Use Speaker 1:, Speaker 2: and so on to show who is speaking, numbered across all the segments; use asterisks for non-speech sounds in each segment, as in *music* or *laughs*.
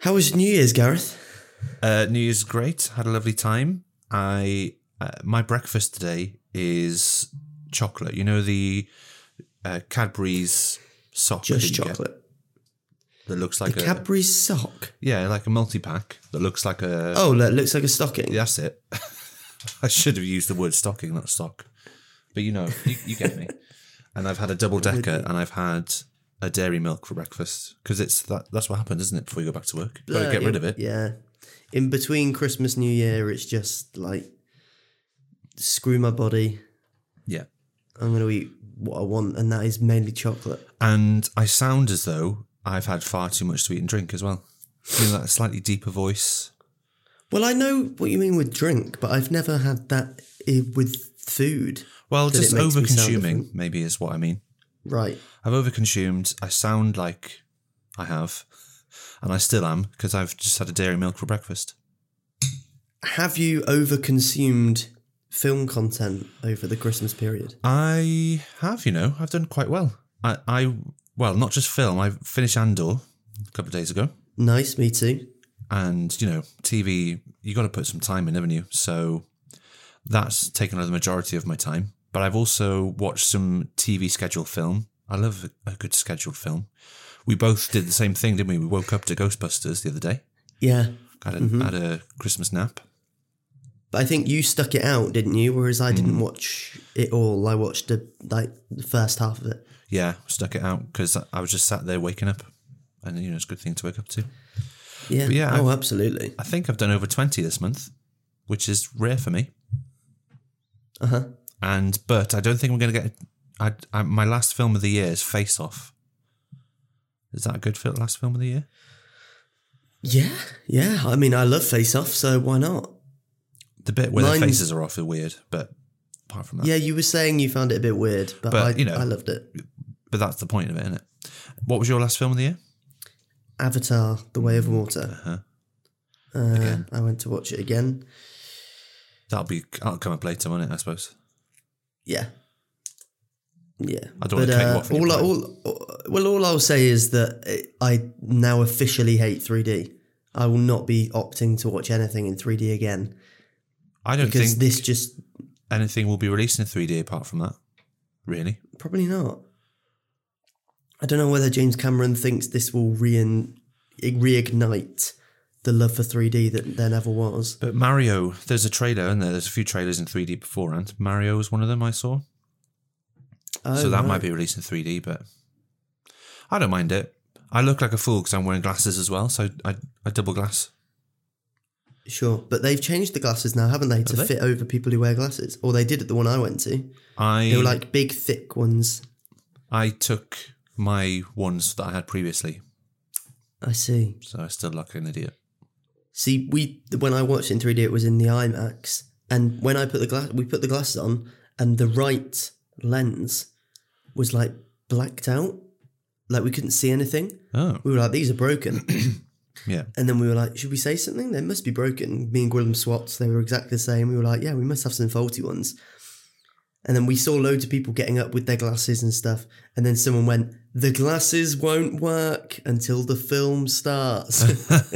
Speaker 1: How was New Year's, Gareth?
Speaker 2: Uh, New Year's great. Had a lovely time. I uh, my breakfast today is chocolate. You know the uh, Cadbury's sock.
Speaker 1: Just
Speaker 2: that you get
Speaker 1: chocolate.
Speaker 2: that looks like
Speaker 1: a
Speaker 2: a
Speaker 1: Cadbury sock.
Speaker 2: yeah, like a multi pack that looks like a.
Speaker 1: Oh, look, looks like a stocking.
Speaker 2: That's it. *laughs* I should have used the word stocking, not stock. But you know, you, you
Speaker 1: *laughs*
Speaker 2: get me. and I've had a double decker, and I've had a dairy milk for breakfast because it's that. That's what happens, isn't it? Before you go back to work, you gotta get
Speaker 1: Bloody-
Speaker 2: rid of it.
Speaker 1: Uh, Yeah. In between Christmas, New Year, it's just like screw my body.
Speaker 2: yeah.
Speaker 1: I'm gonna eat what I want, and that is mainly chocolate.
Speaker 2: And I sound as though I've had far too much to eat and drink as well. You know, that slightly deeper voice.
Speaker 1: Well, I know what you mean with drink, but I've never had that eh, with food.
Speaker 2: Well,
Speaker 1: That it
Speaker 2: just
Speaker 1: makes me sound
Speaker 2: overconsuming,
Speaker 1: different.
Speaker 2: maybe, is what I mean.
Speaker 1: Right.
Speaker 2: I've overconsumed. I sound like I have, and I still am because I've just had a dairy milk for breakfast.
Speaker 1: Have you overconsumed film content over the Christmas period?
Speaker 2: I have, you know, I've done quite well. I, I well, not just film. I finished Andor a couple of days ago,
Speaker 1: Nice, me too.
Speaker 2: and you know, TV. You got to put some time in, haven't you? So that's taken up the majority of my time. But I've also watched some TV scheduled film. I love a good scheduled film. We both did the same thing, didn't we? We woke up to Ghostbusters the other day.
Speaker 1: Yeah.
Speaker 2: Had a, had a Christmas nap.
Speaker 1: But I think you stuck it out, didn't you? Whereas I
Speaker 2: Mm.
Speaker 1: didn't watch it all. I watched the like the first half of it.
Speaker 2: Yeah, stuck it out because I was just sat there waking up, and you know, it's a good thing to wake up to.
Speaker 1: Yeah.
Speaker 2: yeah,
Speaker 1: oh, absolutely.
Speaker 2: I think I've done over 20 this month, which is rare for me.
Speaker 1: Uh huh.
Speaker 2: And but I don't think I'm going to get. I, I my last film of the year is Face Off. Is that a good fil- last film of the year?
Speaker 1: Yeah. Yeah. I mean, I love Face Off, so why not?
Speaker 2: The bit where
Speaker 1: Mine-
Speaker 2: their faces are off is weird, but apart from that,
Speaker 1: Yeah, you were saying you found it a bit weird, but,
Speaker 2: But,
Speaker 1: I,
Speaker 2: you know-
Speaker 1: I loved it.
Speaker 2: but that's the point of it, isn't it? What was your last film of the year?
Speaker 1: Avatar: The Way of Water.
Speaker 2: Uh-huh.
Speaker 1: Uh, I went to watch it again.
Speaker 2: That'll be that'll come up later, won't it? I suppose.
Speaker 1: Yeah. Yeah. uh,
Speaker 2: I don't wanna take what from
Speaker 1: all,
Speaker 2: your
Speaker 1: I- all, all- Well, all I'll say is that it- I now officially hate 3D. I will not be opting to watch anything in 3D again
Speaker 2: I don't
Speaker 1: because
Speaker 2: think
Speaker 1: this just
Speaker 2: anything will be released in 3D apart from that. Really?
Speaker 1: probably not. I don't know whether James Cameron thinks this will rein, reignite the love for 3D that there never was.
Speaker 2: But Mario, there's a trailer, and there? there's a few trailers in 3D beforehand. Mario was one of them I saw.
Speaker 1: Oh,
Speaker 2: so that
Speaker 1: right.
Speaker 2: might be released in 3D, but I don't mind it. I look like a fool because I'm wearing glasses as well, so I, I double glass.
Speaker 1: Sure, but they've changed the glasses now, haven't they, to
Speaker 2: Have they?
Speaker 1: fit over people who wear glasses? Or they did at the one I went to.
Speaker 2: I
Speaker 1: They were like big, thick ones.
Speaker 2: I took my ones that I had previously,
Speaker 1: I see.
Speaker 2: so I still look like an idiot.
Speaker 1: See, we when I watched it in 3D, it was in the IMAX, and when I put the glass, we put the glasses on, and the right lens was like blacked out, like we couldn't see anything.
Speaker 2: Oh,
Speaker 1: We were like, these are broken, *clears throat*
Speaker 2: yeah.
Speaker 1: *laughs* and then we were like, should we say something? They must be broken. Me and Gwilym Swats, they were exactly the same. We were like, yeah, we must have some faulty ones. And then we saw loads of people getting up with their glasses and stuff, and then someone went, the glasses won't work until the film starts. *laughs*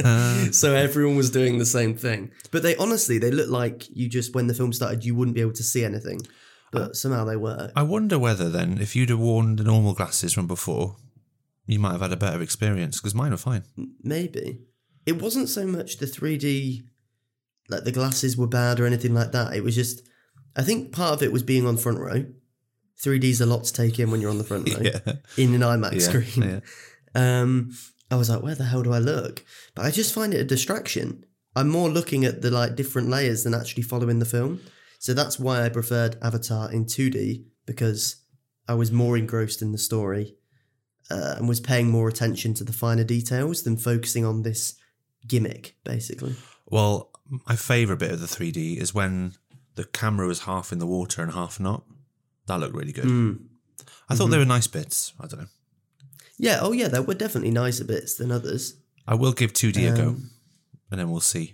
Speaker 1: so everyone was doing the same thing. But they honestly, they looked like you just when the film started, you wouldn't be able to see anything,
Speaker 2: Uh,
Speaker 1: but somehow they were.
Speaker 2: I wonder whether then, if you'd have worn the normal glasses from before, you might have had a better experience because mine
Speaker 1: *laughs*
Speaker 2: were fine.
Speaker 1: Maybe it wasn't so much the three D, like the glasses were bad or anything like that. It was just, I think part of it was being on front row. 3D's a lot to take in when you're on the front row
Speaker 2: *laughs*
Speaker 1: in an IMAX screen.
Speaker 2: yeah.
Speaker 1: Um, I was like, where the hell do I look? But I just find it a distraction. I'm more looking at the like different layers than actually following the film. So that's why I preferred Avatar in 2D because I was more engrossed in the story uh, and was paying more attention to the finer details than focusing on this gimmick, basically.
Speaker 2: Well, my favourite bit of the 3D is when the camera was half in the water and half not. That looked really good.
Speaker 1: Mm.
Speaker 2: I thought they were nice bits. I don't know.
Speaker 1: Yeah. Oh, yeah. There were definitely nicer bits than others.
Speaker 2: I will give 2D a go,
Speaker 1: Um,
Speaker 2: and then we'll see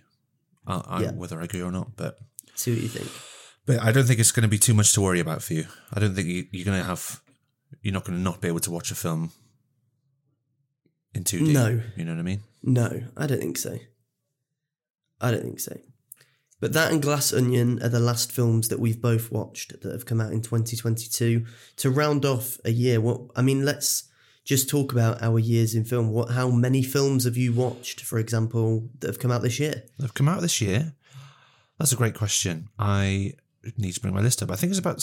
Speaker 2: I, I,
Speaker 1: Yeah.
Speaker 2: whether I agree or not. But
Speaker 1: See what you think.
Speaker 2: but I don't think it's going to be too much to worry about for you. I don't think you, you're going to have you're not going to not be able to watch a film in 2D.
Speaker 1: No.
Speaker 2: You know what I mean?
Speaker 1: No, I don't think so. I don't think so. But that and Glass Onion are the last films that we've both watched that have come out in 2022. To round off a year, what I mean, let's just talk about our years in film. What, how many films have you watched, for example, that have come out this year?
Speaker 2: They've come out this year. That's a great question. I need to bring my list up. I think it's about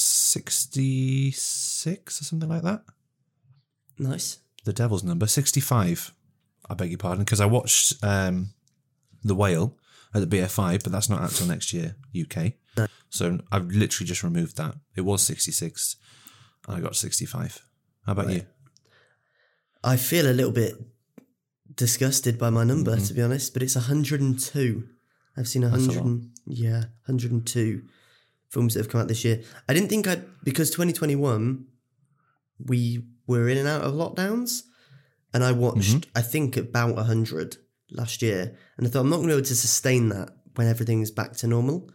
Speaker 2: 66 or something like that.
Speaker 1: Nice.
Speaker 2: The Devil's Number, 65. I beg your pardon, because I watched um, The Whale at the BFI, but that's not out till next year, UK.
Speaker 1: No.
Speaker 2: So I've literally just removed that. It was 66, and I got 65. How about you?
Speaker 1: I feel a little bit disgusted by my number, to be honest, but it's 102. I've seen 100,
Speaker 2: lot.
Speaker 1: and- yeah, 102 films that have come out this year. I didn't think I'd, because 2021, we were in and out of lockdowns, and I watched, I think, about 100 last year. And I thought, I'm not going to be able to sustain that when everything's back to normal.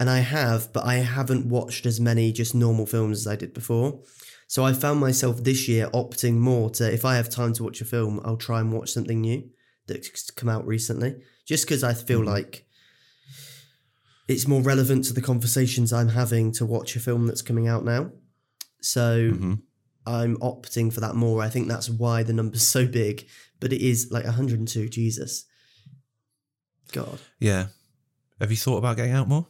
Speaker 1: And I have, but I haven't watched as many just normal films as I did before. So I found myself this year opting more to, if I have time to watch a film, I'll try and watch something new that's come out recently, just because I feel like it's more relevant to the conversations I'm having to watch a film that's coming out now. So
Speaker 2: hmm
Speaker 1: I'm opting for that more. I think that's why the number's *laughs* so big, but it is like 102. Jesus. God.
Speaker 2: Yeah. Have you thought about getting out more?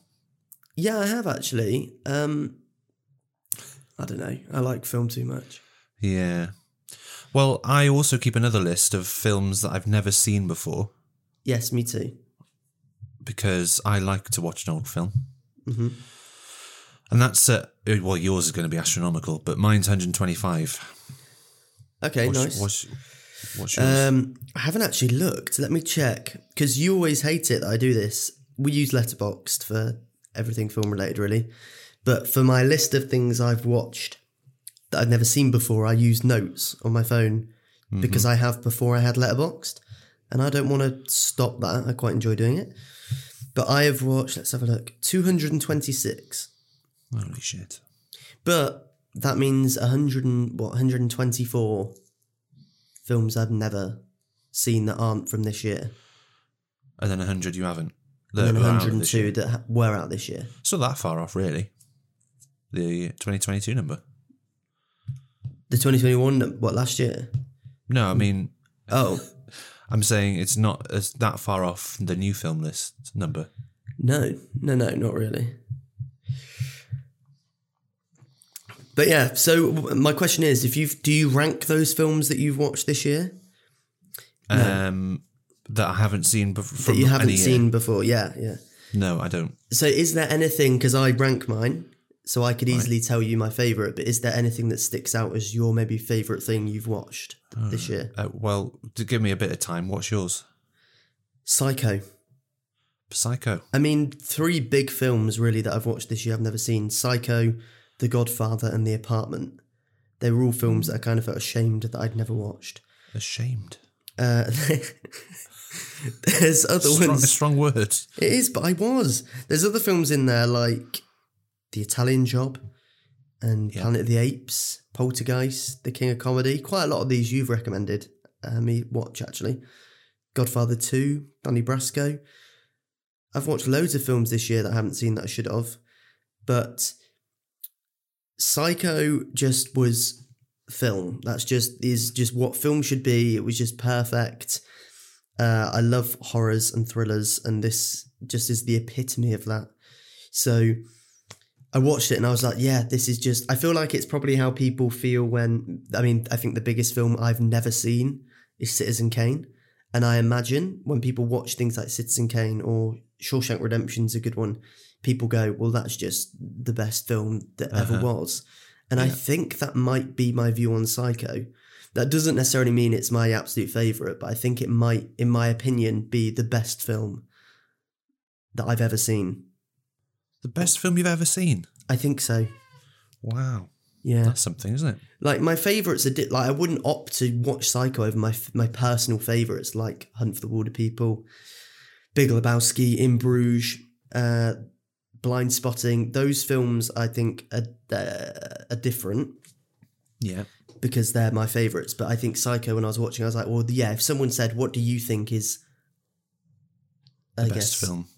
Speaker 1: Yeah, I have actually. Um, I don't know. I like film too much.
Speaker 2: Yeah. Well, I also keep another list of films that I've never seen before
Speaker 1: Yes, me too.
Speaker 2: because I like to watch an old film.
Speaker 1: hmm
Speaker 2: And that's, uh, well, yours is going to be astronomical, but mine's 125.
Speaker 1: Okay,
Speaker 2: What's,
Speaker 1: nice.
Speaker 2: what's, what's yours?
Speaker 1: Um, I haven't actually looked. Let me check because you always hate it that I do this. We use Letterboxd for everything film related, really. But for my list of things I've watched that I've never seen before, I use Notes on my phone because I have before I had Letterboxd, and I don't want to stop that. I quite enjoy doing it. But I have watched. Let's have a look. Two hundred and twenty-six.
Speaker 2: Holy shit.
Speaker 1: But that means 100 and, what 124 films I've never seen that aren't from this year.
Speaker 2: And then 100 you haven't.
Speaker 1: And then
Speaker 2: They're out of this year.
Speaker 1: 102 that ha- were out this year.
Speaker 2: It's not that far off, really. The 2022 number.
Speaker 1: The 2021, num- what last year?
Speaker 2: No, I mean,
Speaker 1: Oh
Speaker 2: I'm saying it's not as that far off the new film list number.
Speaker 1: no, no, no, not really. But yeah, so w- my question is: If you have do you rank those films that you've watched this year
Speaker 2: Um, That I haven't seen bef- from
Speaker 1: that you haven't
Speaker 2: any year.
Speaker 1: seen before? Yeah, yeah.
Speaker 2: No, I don't.
Speaker 1: So is there anything because I rank mine, so I could easily tell you my favorite. But is there anything that sticks out as your maybe favorite thing you've watched th- this year?
Speaker 2: Uh, well, to give me a bit of time, what's yours?
Speaker 1: Psycho.
Speaker 2: Psycho.
Speaker 1: I mean, three big films really that I've watched this year I've never seen: Psycho, The Godfather, and The Apartment. They were all films that I kind of felt ashamed that I'd never watched. *laughs*
Speaker 2: Ashamed.
Speaker 1: Uh, there's other
Speaker 2: Strong,
Speaker 1: ones.
Speaker 2: strong words.
Speaker 1: It is, but I was. There's other films in there like The Italian Job and
Speaker 2: Yeah.
Speaker 1: Planet of the Apes, Poltergeist, The King of Comedy. Quite a lot of these you've recommended uh, me watch actually. Godfather 2, Donnie Brasco. I've watched loads of films this year that I haven't seen that I should have, but Psycho just was film. That's just is just what film should be. It was just perfect. Uh, I love horrors and thrillers, and this just is the epitome of that. So I watched it and I was like, yeah, this is just. I feel like it's probably how people feel when. I mean, I think the biggest film I've never seen is Citizen Kane. And I imagine when people watch things like Citizen Kane or Shawshank Redemption's a good one, people go, well, that's just the best film that ever
Speaker 2: Uh-huh.
Speaker 1: was. And I
Speaker 2: Yeah.
Speaker 1: think that might be my view on Psycho. That doesn't necessarily mean it's my absolute favorite, but I think it might, in my opinion, be the best film that I've ever seen.
Speaker 2: The best film you've ever seen.
Speaker 1: I think so.
Speaker 2: Wow.
Speaker 1: Yeah.
Speaker 2: That's something, isn't it?
Speaker 1: Like my favorites are di- like I wouldn't opt to watch Psycho over my f- my personal favorites like Hunt for the Water People, Big Lebowski, In Bruges, uh, Blind Spotting. Those films I think are uh, are different,
Speaker 2: Yeah.
Speaker 1: because they're my favourites. But I think Psycho, when I was watching, I was like, well, yeah, if someone said, what do you think is, I
Speaker 2: the best
Speaker 1: guess,
Speaker 2: film.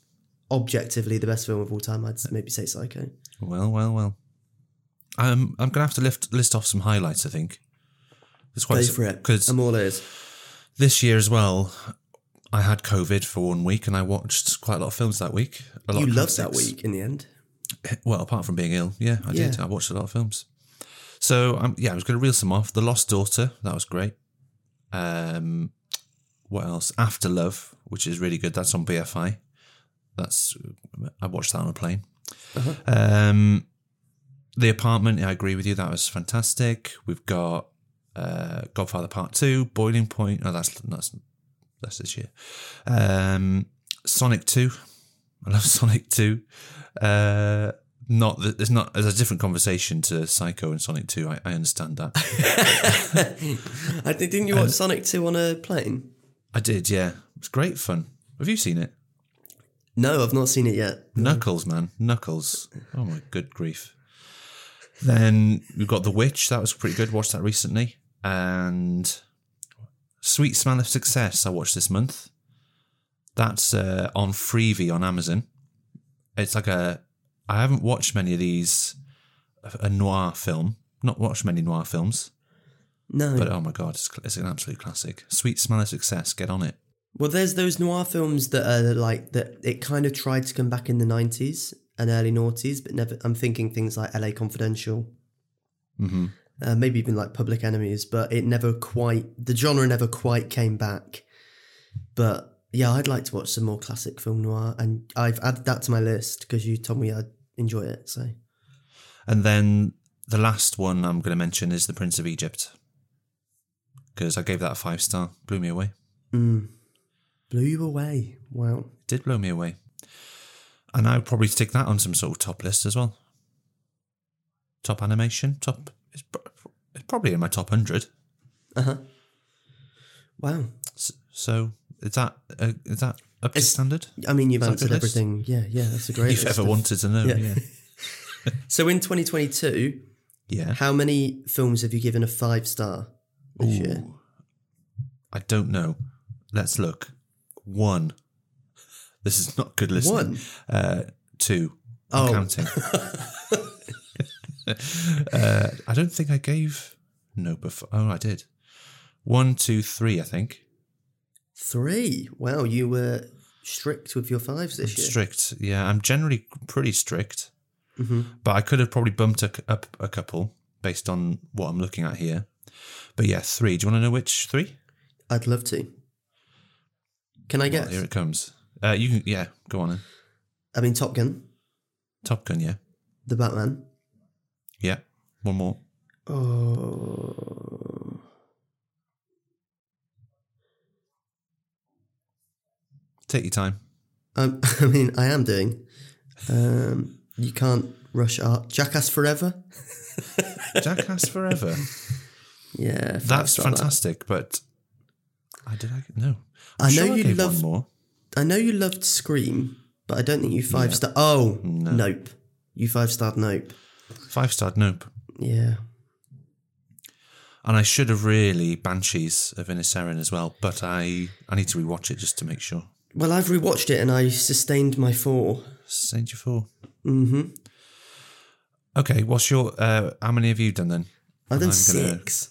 Speaker 1: objectively the best film of all time, I'd maybe say Psycho.
Speaker 2: Well, well, well. Um, I'm gonna have to lift, list off some highlights. I think. It's
Speaker 1: Go
Speaker 2: quite
Speaker 1: for it. Um,
Speaker 2: because
Speaker 1: I'm all ears.
Speaker 2: this year as well, I had COVID for one week, and I watched quite a lot of films that week. A lot
Speaker 1: You
Speaker 2: of
Speaker 1: loved that
Speaker 2: classics.
Speaker 1: week in the end.
Speaker 2: *laughs* Well, apart from being ill, yeah, I did.
Speaker 1: Yeah.
Speaker 2: I watched a lot of films. So um, yeah, I was going to reel some off. The Lost Daughter, that was great. Um, what else? After Love, which is really good. That's on BFI. That's I watched that on a plane. Um, the Apartment. I agree with you. That was fantastic. We've got uh, Godfather Part Two, Boiling Point. Oh, that's that's that's this year. Um, Sonic Two. I love *laughs* Sonic Two. Uh, not that there's not there's a different conversation to Psycho and Sonic Two. I, I understand that.
Speaker 1: I think, didn't you watch Sonic 2 on a plane?
Speaker 2: I did. Yeah, it's great fun. Have you seen it?
Speaker 1: No, I've not seen it yet.
Speaker 2: Knuckles, man, Knuckles. Oh my good grief. Then we've got The Witch. That was pretty good. Watched that recently. And Sweet Smell of Success. I watched this month. That's uh, on Freevee on Amazon. It's like a. I haven't watched many of these. a- A noir film. Not watched many noir films,
Speaker 1: No.
Speaker 2: but oh my god, it's, it's an absolute classic. Sweet Smell of Success. Get on it.
Speaker 1: Well, there's those noir films that are like that. It kind of tried to come back in the '90s and early noughties, but never. I'm thinking things like L.A. Confidential,
Speaker 2: Mm-hmm.
Speaker 1: uh, maybe even like Public Enemies, but it never quite. The genre never quite came back. But yeah, I'd like to watch some more classic film noir, and I've added that to my list because you told me I'd enjoy it. So
Speaker 2: And then the last one I'm going to mention is The Prince of Egypt. Because I gave that a five star. Blew me away.
Speaker 1: mm. blew you away. Wow.
Speaker 2: Did blow me away. And I would probably stick that on some sort of top list as well. Top animation. Top. It's, pro- it's probably in my top 100.
Speaker 1: Uh huh. Wow.
Speaker 2: S- So is that, uh, is that up to
Speaker 1: It's-
Speaker 2: standard?
Speaker 1: I mean, you've
Speaker 2: that
Speaker 1: answered
Speaker 2: the list?
Speaker 1: everything. Yeah, yeah. That's a great.
Speaker 2: *laughs* You've
Speaker 1: list
Speaker 2: ever
Speaker 1: of-
Speaker 2: wanted to know.
Speaker 1: Yeah.
Speaker 2: Yeah.
Speaker 1: So in 2022,
Speaker 2: Yeah.
Speaker 1: How many films have you given a five star this year?
Speaker 2: Ooh. I don't know. Let's look. One. This is not good listening.
Speaker 1: One.
Speaker 2: Uh, two. I'm
Speaker 1: Oh. *laughs*
Speaker 2: counting. uh, I don't think I gave no before. Oh, I did. One, two, three. I think
Speaker 1: Three. Wow, you were strict with your fives this year.
Speaker 2: strict. Yeah, I'm generally pretty strict,
Speaker 1: hmm
Speaker 2: but I could have probably bumped a c up a couple based on what I'm looking at here. But yeah, three. Do you want to know which three?
Speaker 1: I'd love to. Can I
Speaker 2: Well, here
Speaker 1: guess?
Speaker 2: it comes. Uh, you can. Yeah, go on. Then.
Speaker 1: I mean, Top Gun,
Speaker 2: Top Gun. Yeah,
Speaker 1: The Batman.
Speaker 2: yeah. One more.
Speaker 1: Oh.
Speaker 2: Take your time.
Speaker 1: Um, *laughs* I mean, I am doing. Um, you can't rush art. Jackass Forever.
Speaker 2: Jackass Forever.
Speaker 1: Yeah, five
Speaker 2: *laughs* That's
Speaker 1: star that.
Speaker 2: fantastic, but I did I no.
Speaker 1: I know you
Speaker 2: gave
Speaker 1: love-
Speaker 2: one more.
Speaker 1: I know you loved Scream, but I don't think you five star. Oh,
Speaker 2: No.
Speaker 1: nope. You five starred Nope.
Speaker 2: Five star nope.
Speaker 1: Yeah.
Speaker 2: And I should have really Banshees of Inisherin as well, but I I need to rewatch it just to make sure.
Speaker 1: Well, I've rewatched it and I sustained my four.
Speaker 2: Saint you four.
Speaker 1: Mm-hmm.
Speaker 2: Okay, what's your uh how many have you done then?
Speaker 1: I've done
Speaker 2: I'm gonna-
Speaker 1: 6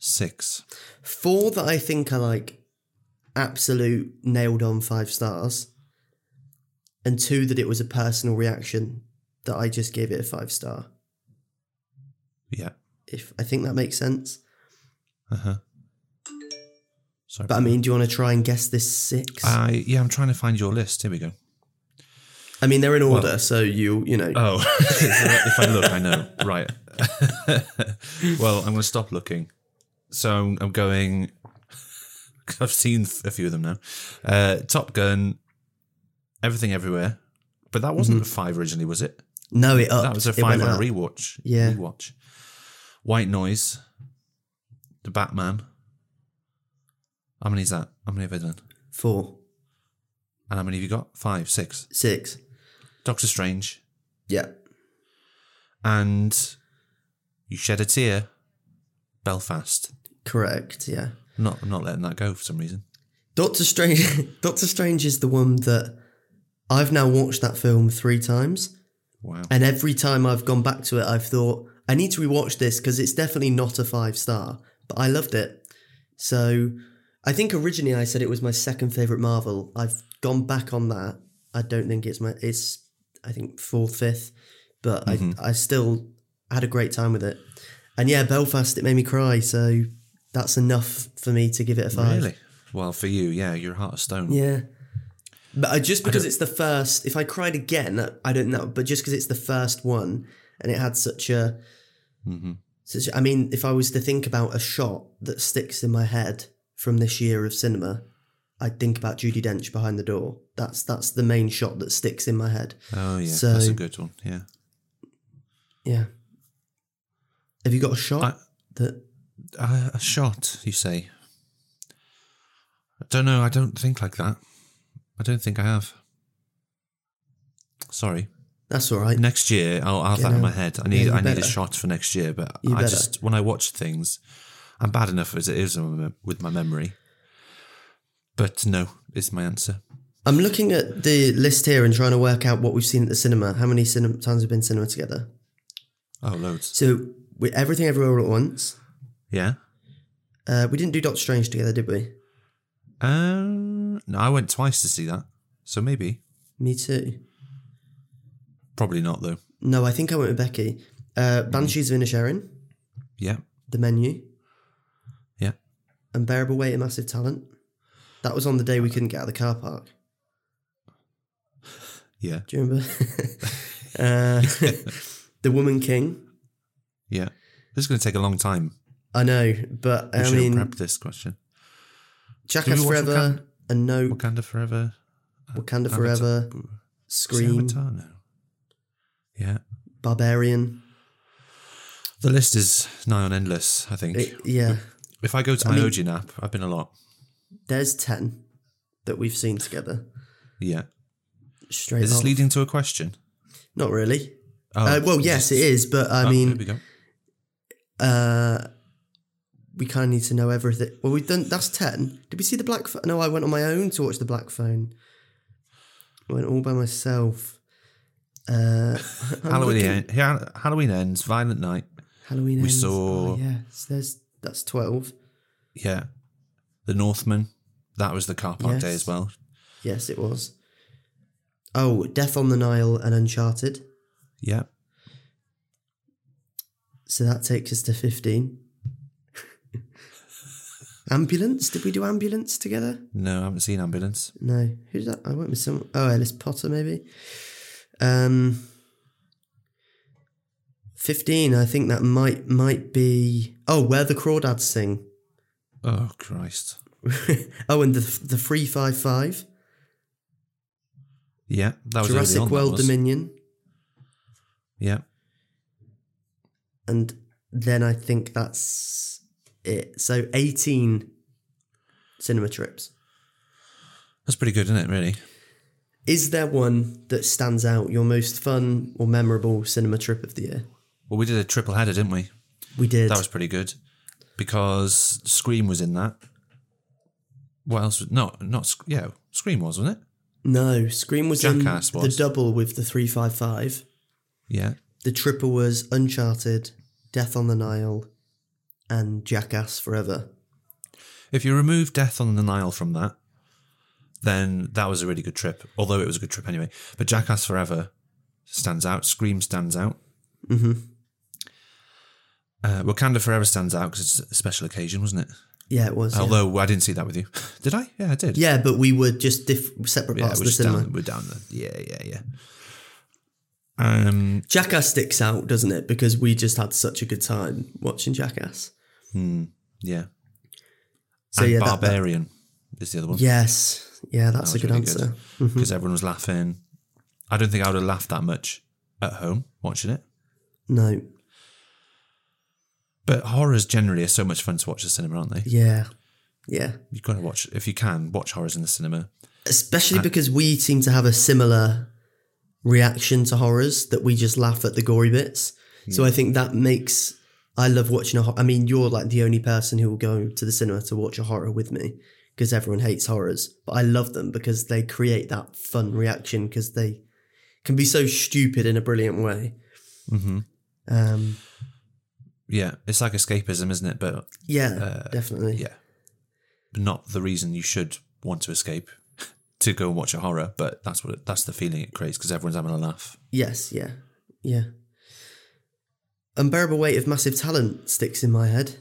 Speaker 2: Six.
Speaker 1: Four that I think are like absolute nailed on five stars, and two that it was a personal reaction that I just gave it a five star.
Speaker 2: Yeah.
Speaker 1: If I think that makes sense.
Speaker 2: Uh-huh. Sorry.
Speaker 1: But I mean, do you want to try and guess this six?
Speaker 2: I yeah, I'm trying to find your list. Here we go.
Speaker 1: I mean, they're in order, so you you know.
Speaker 2: Oh, *laughs* if I look, I know. Right. *laughs* well, I'm going to stop looking. So I'm, I'm going. *laughs* i I've seen a few of them now. Uh, Top Gun, Everything Everywhere, but that wasn't five originally, was it?
Speaker 1: no, it up.
Speaker 2: That was a
Speaker 1: Mm-hmm. Uh, it went
Speaker 2: five-hour
Speaker 1: up.
Speaker 2: rewatch.
Speaker 1: Yeah.
Speaker 2: Rewatch. White Noise, The Batman. How many is that? How many have I done?
Speaker 1: Four,
Speaker 2: And how many have you got? Five, six.
Speaker 1: six.
Speaker 2: Doctor Strange,
Speaker 1: Yeah.
Speaker 2: and you shed a tear Belfast.
Speaker 1: Correct, yeah.
Speaker 2: I'm not I'm not letting that go for some reason.
Speaker 1: Doctor Strange *laughs* Doctor Strange is the one that I've now watched that film three times.
Speaker 2: Wow.
Speaker 1: And every time I've gone back to it, I've thought, I need to rewatch this because it's definitely not a five star, but I loved it. So I think originally I said it was my second favourite Marvel. I've gone back on that. I don't think it's my, it's, I think, fourth, fifth, but
Speaker 2: Mhm.
Speaker 1: I, I still had a great time with it. And yeah, Belfast, it made me cry. So that's enough for me to give it a five.
Speaker 2: Really? Well, for you, yeah, your heart of stone.
Speaker 1: Yeah. But I, just because
Speaker 2: don't-
Speaker 1: it's the first, if I cried again, I don't know. But just because it's the first one, and it had such a,
Speaker 2: hmm
Speaker 1: such. I mean, if I was to think about a shot that sticks in my head from this year of cinema, I'd think about Judy Dench behind the door. That's that's the main shot that sticks in my head.
Speaker 2: Oh yeah,
Speaker 1: So-
Speaker 2: that's a good one. Yeah.
Speaker 1: Yeah. Have you got a shot
Speaker 2: I-
Speaker 1: that?
Speaker 2: Uh, a shot, you say? I don't know. I don't think like that. I don't think I have. Sorry.
Speaker 1: That's all right.
Speaker 2: Next year, I'll I'll have that in my head. I need
Speaker 1: you
Speaker 2: I need
Speaker 1: better.
Speaker 2: a shot for next year, but
Speaker 1: You
Speaker 2: I
Speaker 1: better.
Speaker 2: just when I watch things, I'm bad enough as it is um, with my memory. But no, is my answer.
Speaker 1: I'm looking at the list here and trying to work out what we've seen at the cinema. How many cinem- times we've been cinema together?
Speaker 2: Oh, loads.
Speaker 1: So with everything everywhere all at once.
Speaker 2: Yeah.
Speaker 1: Uh, we didn't do Doctor Strange together, did we?
Speaker 2: Um, no, I went twice to see that, so maybe,
Speaker 1: Me too.
Speaker 2: probably not though.
Speaker 1: No, I think I went with Becky. Uh, Banshees of Inisherin,
Speaker 2: Yeah.
Speaker 1: The Menu,
Speaker 2: Yeah.
Speaker 1: Unbearable Weight and Massive Talent. That was on the day we couldn't get out of the car park.
Speaker 2: Yeah.
Speaker 1: Do you remember? *laughs* uh, *laughs* the Woman King.
Speaker 2: Yeah. This is going to take a long time.
Speaker 1: I know, but
Speaker 2: We
Speaker 1: I
Speaker 2: should have
Speaker 1: mean,
Speaker 2: prepped this question. Did
Speaker 1: Jackass
Speaker 2: we watch
Speaker 1: Forever and No
Speaker 2: Wakanda Forever.
Speaker 1: Wakanda
Speaker 2: Avatar-
Speaker 1: Forever,
Speaker 2: Is it
Speaker 1: Scream,
Speaker 2: Avatar now. Yeah.
Speaker 1: Barbarian.
Speaker 2: The list is nigh on endless, I think.
Speaker 1: It- yeah,
Speaker 2: if I go to
Speaker 1: I
Speaker 2: my
Speaker 1: mean-
Speaker 2: Ojin app, I've been a lot.
Speaker 1: there's 10 that we've seen together.
Speaker 2: Yeah.
Speaker 1: Straight
Speaker 2: Is this
Speaker 1: off.
Speaker 2: leading to a question?
Speaker 1: Not really.
Speaker 2: Oh,
Speaker 1: uh, well, yes, it is, but I
Speaker 2: oh,
Speaker 1: mean,
Speaker 2: there we go.
Speaker 1: uh, we kind of need to know everything. Well, we've done that's ten. Did we see the black? Ph- no, I went on my own to watch the black phone. I went all by myself. Uh, *laughs* I'm
Speaker 2: Halloween,
Speaker 1: looking-
Speaker 2: end, Ha- Halloween ends, Violent Night.
Speaker 1: Halloween.
Speaker 2: we
Speaker 1: ends.
Speaker 2: saw-
Speaker 1: Oh, yes, there's that's twelve.
Speaker 2: Yeah. The Northman. That was the car park day
Speaker 1: Yes.
Speaker 2: as well.
Speaker 1: Yes, it was. Oh, Death on the Nile and Uncharted.
Speaker 2: Yeah.
Speaker 1: So that takes us to fifteen. *laughs* ambulance? Did we do ambulance together?
Speaker 2: No, I haven't seen Ambulance.
Speaker 1: No, who's that? I went with someone. Oh, Alice Potter, maybe. Um, fifteen. I think that might might be. Oh, where the crawdads sing. *laughs*
Speaker 2: Oh, Christ.
Speaker 1: oh, and the the three five five.
Speaker 2: Yeah, that was
Speaker 1: Jurassic
Speaker 2: early on, that
Speaker 1: World
Speaker 2: was.
Speaker 1: Dominion,
Speaker 2: Yeah,
Speaker 1: and then I think that's it. So eighteen cinema trips.
Speaker 2: that's pretty good, isn't it? Really.
Speaker 1: Is there one that stands out? Your most fun or memorable cinema trip of the year?
Speaker 2: Well, we did a triple header, didn't we?
Speaker 1: We did.
Speaker 2: That was pretty good because Scream was in that. What else? Was, no, not Sc- yeah. Scream was, wasn't it?
Speaker 1: No, Scream was in
Speaker 2: Jackass was.
Speaker 1: the double with the 355.
Speaker 2: Yeah,
Speaker 1: The triple was Uncharted, Death on the Nile, and Jackass Forever.
Speaker 2: If you remove Death on the Nile from that, then that was a really good trip. Although it was a good trip anyway. But Jackass Forever stands out. Scream stands out.
Speaker 1: Mhm.
Speaker 2: Uh, Wakanda Forever stands out because it's a special occasion, wasn't it?
Speaker 1: Yeah, it was. yeah.
Speaker 2: Although I didn't see that with you, *laughs* did I? Yeah, I did.
Speaker 1: yeah. but we were just diff- separate
Speaker 2: yeah,
Speaker 1: parts of the
Speaker 2: we're just
Speaker 1: cinema.
Speaker 2: down. We're down there. Yeah, yeah, yeah. Um,
Speaker 1: Jackass sticks out, doesn't it? Because we just had such a good time watching Jackass.
Speaker 2: yeah.
Speaker 1: So
Speaker 2: and
Speaker 1: yeah, that- that-
Speaker 2: Barbarian is the other one
Speaker 1: yes, yeah, that's a
Speaker 2: was
Speaker 1: good
Speaker 2: really
Speaker 1: answer. Mm-hmm.
Speaker 2: because everyone was laughing. I don't think I would have laughed that much at home watching it.
Speaker 1: No,
Speaker 2: But horrors generally are so much fun to watch at the cinema, aren't they?
Speaker 1: yeah, yeah.
Speaker 2: You've got to watch if you can watch horrors in the cinema. Uh,
Speaker 1: Especially because we seem to have a similar
Speaker 2: Hmm.
Speaker 1: reaction to horrors that we just laugh at the gory bits. So I think that makes I love watching a horror. I mean, you're like the only person who will go to the cinema to watch a horror with me because everyone hates horrors, but I love them because they create that fun reaction because they can be so stupid in a brilliant way.
Speaker 2: hmm
Speaker 1: Um,
Speaker 2: Yeah, it's like escapism, isn't it? But
Speaker 1: yeah,
Speaker 2: Uh,
Speaker 1: definitely.
Speaker 2: yeah, not the reason you should want to escape *laughs* to go and watch a horror, but that's what it, that's the feeling it creates because everyone's having a laugh.
Speaker 1: Yes, yeah, yeah. Unbearable weight of massive talent sticks in my head.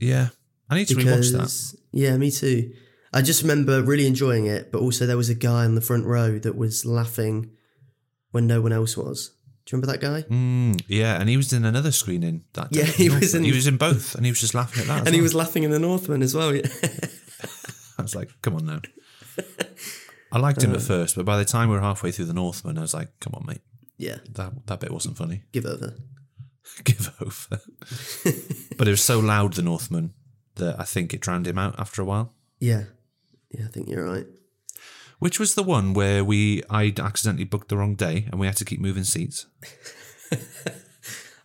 Speaker 2: Yeah, I need to rewatch that.
Speaker 1: Yeah, me too. I just remember really enjoying it, but also there was a guy in the front row that was laughing when no one else was. Do you remember that guy?
Speaker 2: Mm, yeah, and he was in another screening that day.
Speaker 1: Yeah,
Speaker 2: *laughs*
Speaker 1: he was in-
Speaker 2: he was in both, and he was just laughing at that.
Speaker 1: *laughs*
Speaker 2: as
Speaker 1: And he
Speaker 2: well.
Speaker 1: was laughing in the Northman as well. *laughs*
Speaker 2: I was like, come on now. I liked him at first, but by the time we were halfway through the Northman, I was like, come on, mate,
Speaker 1: yeah,
Speaker 2: that that bit wasn't funny. *laughs*
Speaker 1: give over.
Speaker 2: Give over. but it was so loud, the Northman, that I think it drowned him out after a while.
Speaker 1: Yeah, yeah, I think you're right.
Speaker 2: Which was the one where we I'd accidentally booked the wrong day and we had to keep moving seats.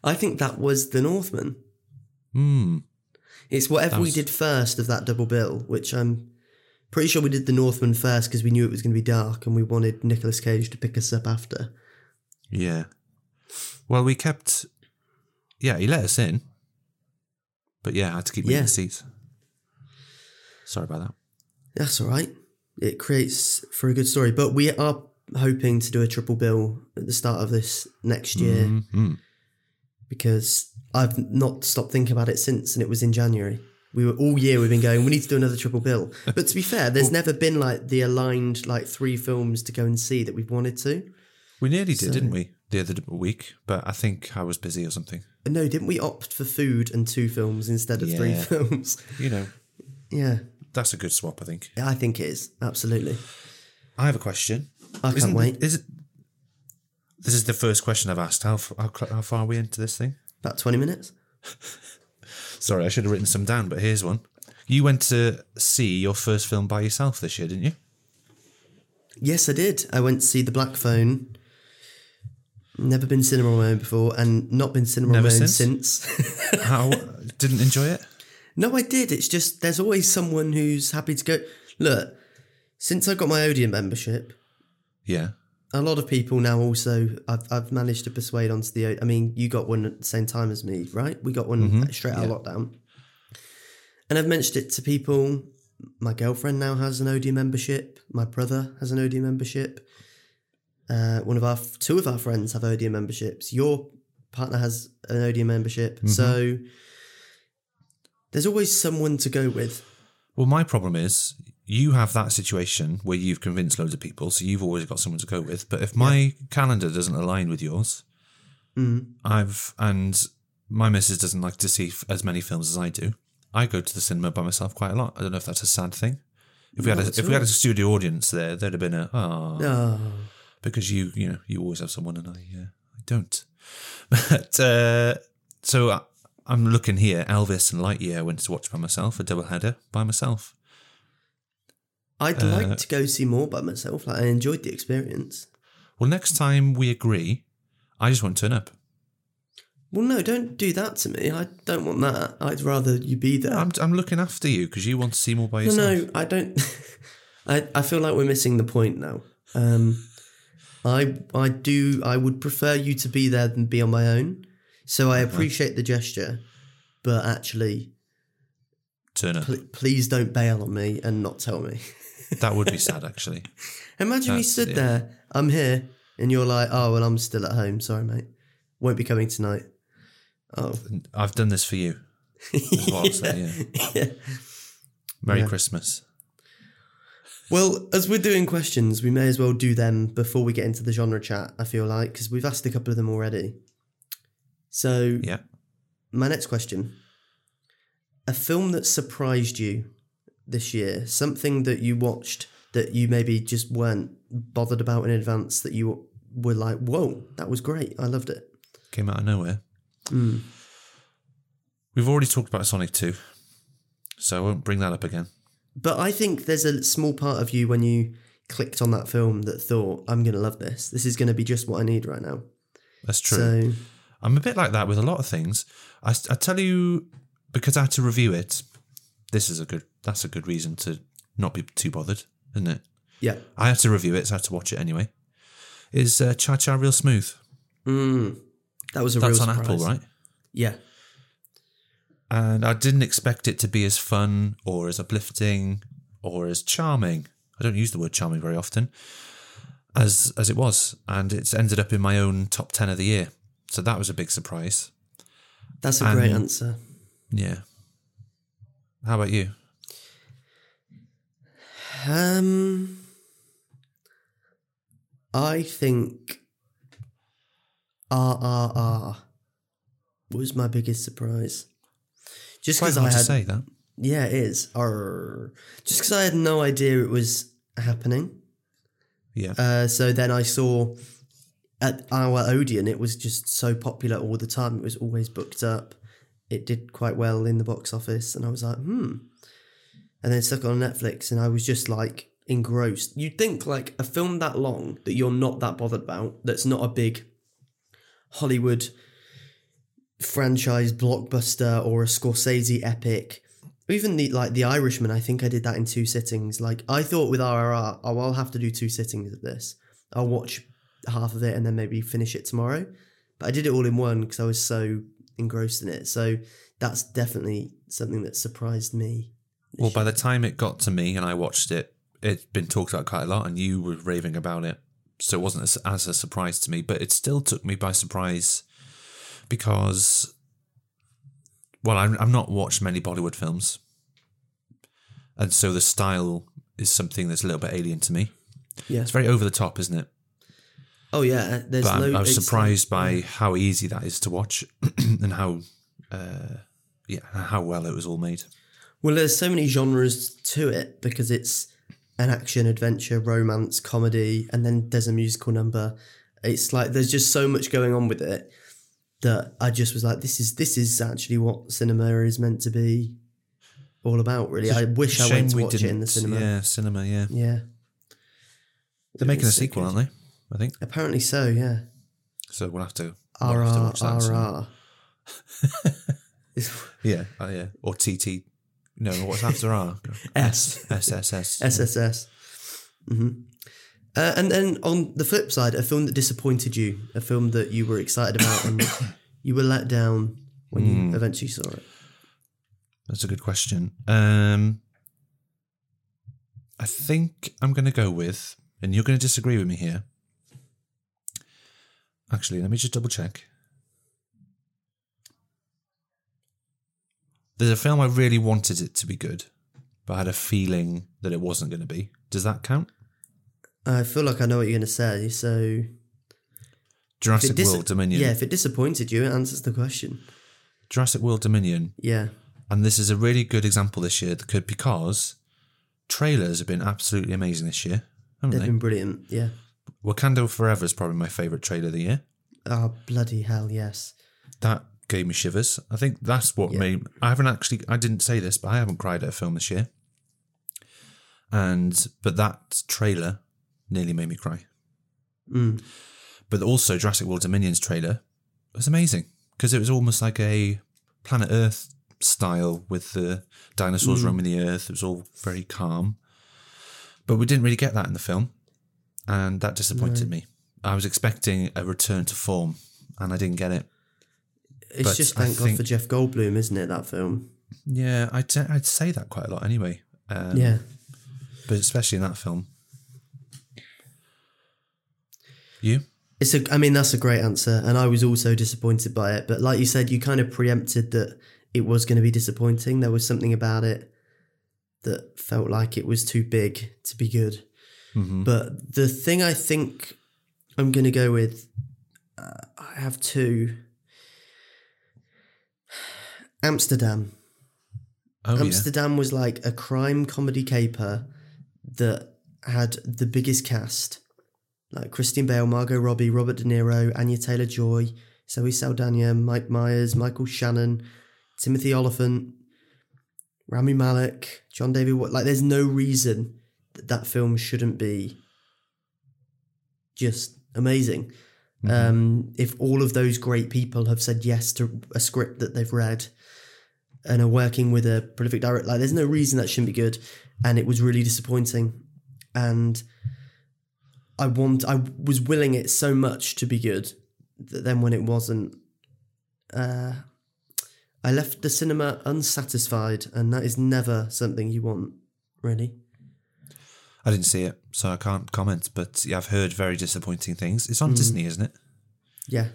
Speaker 1: I think that was the Northman.
Speaker 2: Hmm.
Speaker 1: It's whatever we
Speaker 2: was-
Speaker 1: did first of that double bill, which I'm pretty sure we did the Northman first because we knew it was going to be dark and we wanted Nicolas Cage to pick us up after.
Speaker 2: Yeah. Well, we kept. Yeah, he let us in. But yeah, I had to keep moving
Speaker 1: Yeah.
Speaker 2: seats. Sorry about that.
Speaker 1: That's all right. It creates for a good story, but we are hoping to do a triple bill at the start of this next year
Speaker 2: Mhm.
Speaker 1: because I've not stopped thinking about it since, and it was in January. We were all year we've been going. We need to do another triple bill. But to be fair, there's never been like the aligned like three films to go and see that we've wanted to.
Speaker 2: We nearly did,
Speaker 1: So-
Speaker 2: didn't we? The other d- week, but I think I was busy or something.
Speaker 1: But no, didn't we opt for food and two films instead of three *laughs*
Speaker 2: Yeah.
Speaker 1: films?
Speaker 2: You know,
Speaker 1: yeah,
Speaker 2: that's a good swap, I think.
Speaker 1: I think it is absolutely.
Speaker 2: I have a question.
Speaker 1: I can't
Speaker 2: Isn't-
Speaker 1: wait.
Speaker 2: Is it? This is the first question I've asked. How f- how, cl- how far are we into this thing?
Speaker 1: About twenty minutes.
Speaker 2: Sorry, I should have written some down, but here's one. You went to see your first film by yourself this year, didn't you?
Speaker 1: Yes, I did. I went to see The Black Phone. Never been cinema on my own before, and not been cinema
Speaker 2: Never
Speaker 1: on my own
Speaker 2: since?
Speaker 1: since. *laughs*
Speaker 2: How didn't enjoy it?
Speaker 1: no, I did. It's just there's always someone who's happy to go. Look, since I got my Odeon membership,
Speaker 2: Yeah.
Speaker 1: a lot of people now also I've, I've managed to persuade onto the. O- I mean, you got one at the same time as me, right? We got one straight out of lockdown, and I've mentioned it to people. My girlfriend now has an Odeon membership. My brother has an Odeon membership. Uh, one of our two of our friends have Odeon memberships. Your partner has an Odeon membership, so there's always someone to go with.
Speaker 2: Well, my problem is you have that situation where you've convinced loads of people, so you've always got someone to go with. But if my calendar doesn't align with yours,
Speaker 1: Mm.
Speaker 2: I've and my missus doesn't like to see f- as many films as I do. I go to the cinema by myself quite a lot. I don't know if that's a sad thing. If we had
Speaker 1: Not
Speaker 2: a,
Speaker 1: at
Speaker 2: if we had
Speaker 1: all.
Speaker 2: a studio audience there, there'd have been a ah
Speaker 1: Oh,
Speaker 2: because you you know you always have someone and I uh, I don't. *laughs* But uh, so I, I'm looking here. Elvis and Lightyear I went to watch by myself a double header by myself.
Speaker 1: I'd
Speaker 2: Uh,
Speaker 1: like to go see more by myself. Like I enjoyed the experience.
Speaker 2: Well, next time we agree, I just won't turn up.
Speaker 1: Well, no, don't do that to me. I don't want that. I'd rather you be there.
Speaker 2: I'm, I'm looking after you because you want to see more by
Speaker 1: no,
Speaker 2: yourself.
Speaker 1: no, I don't. *laughs* I, I feel like we're missing the point now. Um, I I do. I would prefer you to be there than be on my own. So I appreciate the gesture, but actually,
Speaker 2: Turn up.
Speaker 1: pl- please don't bail on me and not tell me. *laughs*
Speaker 2: That would be sad, actually.
Speaker 1: Imagine we
Speaker 2: That's-
Speaker 1: stood
Speaker 2: yeah.
Speaker 1: there. I'm here, and you're like, "Oh, well, I'm still at home. Sorry, mate. Won't be coming tonight." Oh, *laughs*
Speaker 2: I've done this for you. is what I'll say, yeah.
Speaker 1: yeah.
Speaker 2: Merry
Speaker 1: Yeah.
Speaker 2: Christmas.
Speaker 1: Well, as we're doing questions, we may as well do them before we get into the genre chat, I feel like, because we've asked a couple of them already. So,
Speaker 2: Yeah.
Speaker 1: my next question a film that surprised you this year, something that you watched that you maybe just weren't bothered about in advance, that you were like, whoa, that was great. I loved it.
Speaker 2: Came out of nowhere.
Speaker 1: Mm.
Speaker 2: We've already talked about Sonic 2, so I won't bring that up again.
Speaker 1: But I think there's a small part of you when you clicked on that film that thought, I'm going to love this. This is going to be just what I need right now.
Speaker 2: That's true.
Speaker 1: So,
Speaker 2: I'm a bit like that with a lot of things. I, I tell you because I had to review it. This is a good. That's a good reason to not be too bothered, isn't it?
Speaker 1: Yeah.
Speaker 2: I had to review it, so I had to watch it anyway. Is uh, Cha Cha Real Smooth?
Speaker 1: Mm. That was a
Speaker 2: That's
Speaker 1: real
Speaker 2: on
Speaker 1: surprise.
Speaker 2: Apple, right?
Speaker 1: Yeah.
Speaker 2: And I didn't expect it to be as fun or as uplifting or as charming. I don't use the word charming very often, as as it was, and it's ended up in my own top ten of the year. So that was a big surprise.
Speaker 1: That's a
Speaker 2: And-
Speaker 1: great answer.
Speaker 2: Yeah. How about you?
Speaker 1: Um, I think RRR was my biggest surprise. Just
Speaker 2: Quite
Speaker 1: because I
Speaker 2: hard to
Speaker 1: had,
Speaker 2: say that.
Speaker 1: yeah, it is. Arr. Just because I had no idea it was happening.
Speaker 2: Yeah.
Speaker 1: Uh, so then I saw at our Odeon, it was just so popular all the time. It was always booked up. It did quite well in the box office, and I was like, hmm. And then stuck it on Netflix, and I was just like engrossed. You'd think like a film that long that you're not that bothered about, that's not a big Hollywood franchise blockbuster or a Scorsese epic. Even the like the Irishman, I think I did that in two sittings. Like I thought with RRR, oh, I'll have to do two sittings of this. I'll watch half of it and then maybe finish it tomorrow. But I did it all in one because I was so engrossed in it. So that's definitely something that surprised me. this
Speaker 2: Well, by
Speaker 1: year.
Speaker 2: the time it got to me and I watched it, it'd been talked about quite a lot, and you were raving about it. So it wasn't as, as a surprise to me, but it still took me by surprise because, well, I'm, I've not watched many Bollywood films. And so the style is something that's a little bit alien to me.
Speaker 1: yeah.
Speaker 2: It's very over the top, isn't it?
Speaker 1: Oh yeah, there's
Speaker 2: but I'm,
Speaker 1: no
Speaker 2: I was
Speaker 1: it's-
Speaker 2: surprised by how easy that is to watch *clears throat* and how, uh, yeah, how well it was all made.
Speaker 1: Well, there's so many genres to it because it's an action, adventure, romance, comedy, and then there's a musical number. It's like there's just so much going on with it that I just was like, this is this is actually what cinema is meant to be all about. Really, I wish I
Speaker 2: Shame
Speaker 1: went to
Speaker 2: we
Speaker 1: watch it in the
Speaker 2: didn't-
Speaker 1: cinema. Yeah,
Speaker 2: Yeah, cinema, yeah. They're
Speaker 1: It
Speaker 2: making a
Speaker 1: was so
Speaker 2: sequel,
Speaker 1: good.
Speaker 2: aren't they? I think
Speaker 1: Apparently so. Yeah,
Speaker 2: so. We'll have to. We'll
Speaker 1: R
Speaker 2: have to
Speaker 1: R
Speaker 2: watch that
Speaker 1: R
Speaker 2: soon.
Speaker 1: R. *laughs*
Speaker 2: *laughs* Yeah, oh, yeah. Or TT. No, what's after R?
Speaker 1: *laughs* S.
Speaker 2: S S S.
Speaker 1: SSS. hmm Uh, and then on the flip side, a film that disappointed you, a film that you were excited about and *coughs* you were let down when
Speaker 2: Mm.
Speaker 1: you eventually saw it.
Speaker 2: That's a good question. Um, I think I'm going to go with, and you're going to disagree with me here. Actually, let me just double check. There's a film I really wanted it to be good, but I had a feeling that it wasn't going to be. Does that count?
Speaker 1: I feel like I know what you're going to say. So,
Speaker 2: Jurassic
Speaker 1: dis-
Speaker 2: World Dominion.
Speaker 1: yeah, if it disappointed you, it answers the question.
Speaker 2: Jurassic World Dominion,
Speaker 1: Yeah.
Speaker 2: and this is a really good example this year that could- because trailers have been absolutely amazing this year, haven't
Speaker 1: They've
Speaker 2: they?
Speaker 1: been brilliant. Yeah.
Speaker 2: Wakanda Forever is probably my favorite trailer of the year.
Speaker 1: Oh, bloody hell, yes.
Speaker 2: That gave me shivers. I think that's what
Speaker 1: Yeah.
Speaker 2: made. I haven't actually. I didn't say this, but I haven't cried at a film this year. And but that trailer nearly made me cry.
Speaker 1: Mm.
Speaker 2: But also Jurassic World Dominion's trailer was amazing because it was almost like a Planet Earth style with the
Speaker 1: Mm.
Speaker 2: dinosaurs roaming the earth. It was all very calm, but we didn't really get that in the film, and that disappointed me. I was expecting a return to form, and I didn't get it.
Speaker 1: It's
Speaker 2: But
Speaker 1: just
Speaker 2: I
Speaker 1: thank God
Speaker 2: think-
Speaker 1: for Jeff Goldblum, isn't it, that film?
Speaker 2: Yeah, I t- I'd say that quite a lot anyway, um,
Speaker 1: yeah.
Speaker 2: but especially in that film. You?
Speaker 1: It's a. I mean, that's a great answer, and I was also disappointed by it. But like you said, you kind of preempted that it was going to be disappointing. There was something about it that felt like it was too big to be good.
Speaker 2: Mhm.
Speaker 1: But the thing I think I'm going to go with, uh, I have two. *sighs* Amsterdam.
Speaker 2: Oh
Speaker 1: Amsterdam was like a crime comedy caper that had the biggest cast, like Christian Bale, Margot Robbie, Robert De Niro, Anya Taylor Joy, Zoe Saldana, Mike Myers, Michael Shannon, Timothy Oliphant, Rami Malek, John David. Wa- Like, there's no reason that that film shouldn't be just amazing. Um, if all of those great people have said yes to a script that they've read and are working with a prolific director, like there's no reason that shouldn't be good. And it was really disappointing. And I want, I was willing it so much to be good that then when it wasn't, uh, I left the cinema unsatisfied, and that is never something you want, really.
Speaker 2: I didn't see it, so I can't comment. But yeah, I've heard very disappointing things. It's on Disney, isn't it?
Speaker 1: Yeah,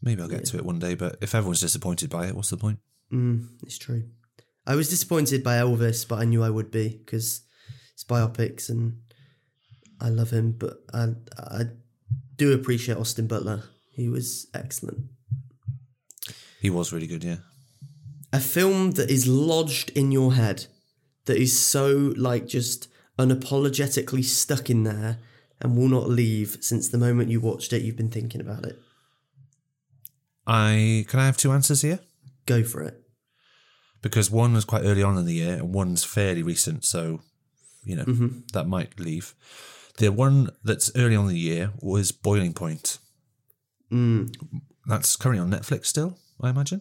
Speaker 2: Maybe I'll get to it one day. But if everyone's disappointed by it, what's the point?
Speaker 1: Mm, it's true. I was disappointed by Elvis, but I knew I would be because it's biopics and I love him. But I, I do appreciate Austin Butler. He was excellent.
Speaker 2: He was really good, yeah.
Speaker 1: A film that is lodged in your head, that is so like just unapologetically stuck in there and will not leave since the moment you watched it, you've been thinking about it.
Speaker 2: I can I have two answers here
Speaker 1: Go for it.
Speaker 2: because one was quite early on in the year and one's fairly recent, so you know that might leave. The one that's early on in the year was Boiling Point.
Speaker 1: Mm,
Speaker 2: That's currently on Netflix still, I imagine.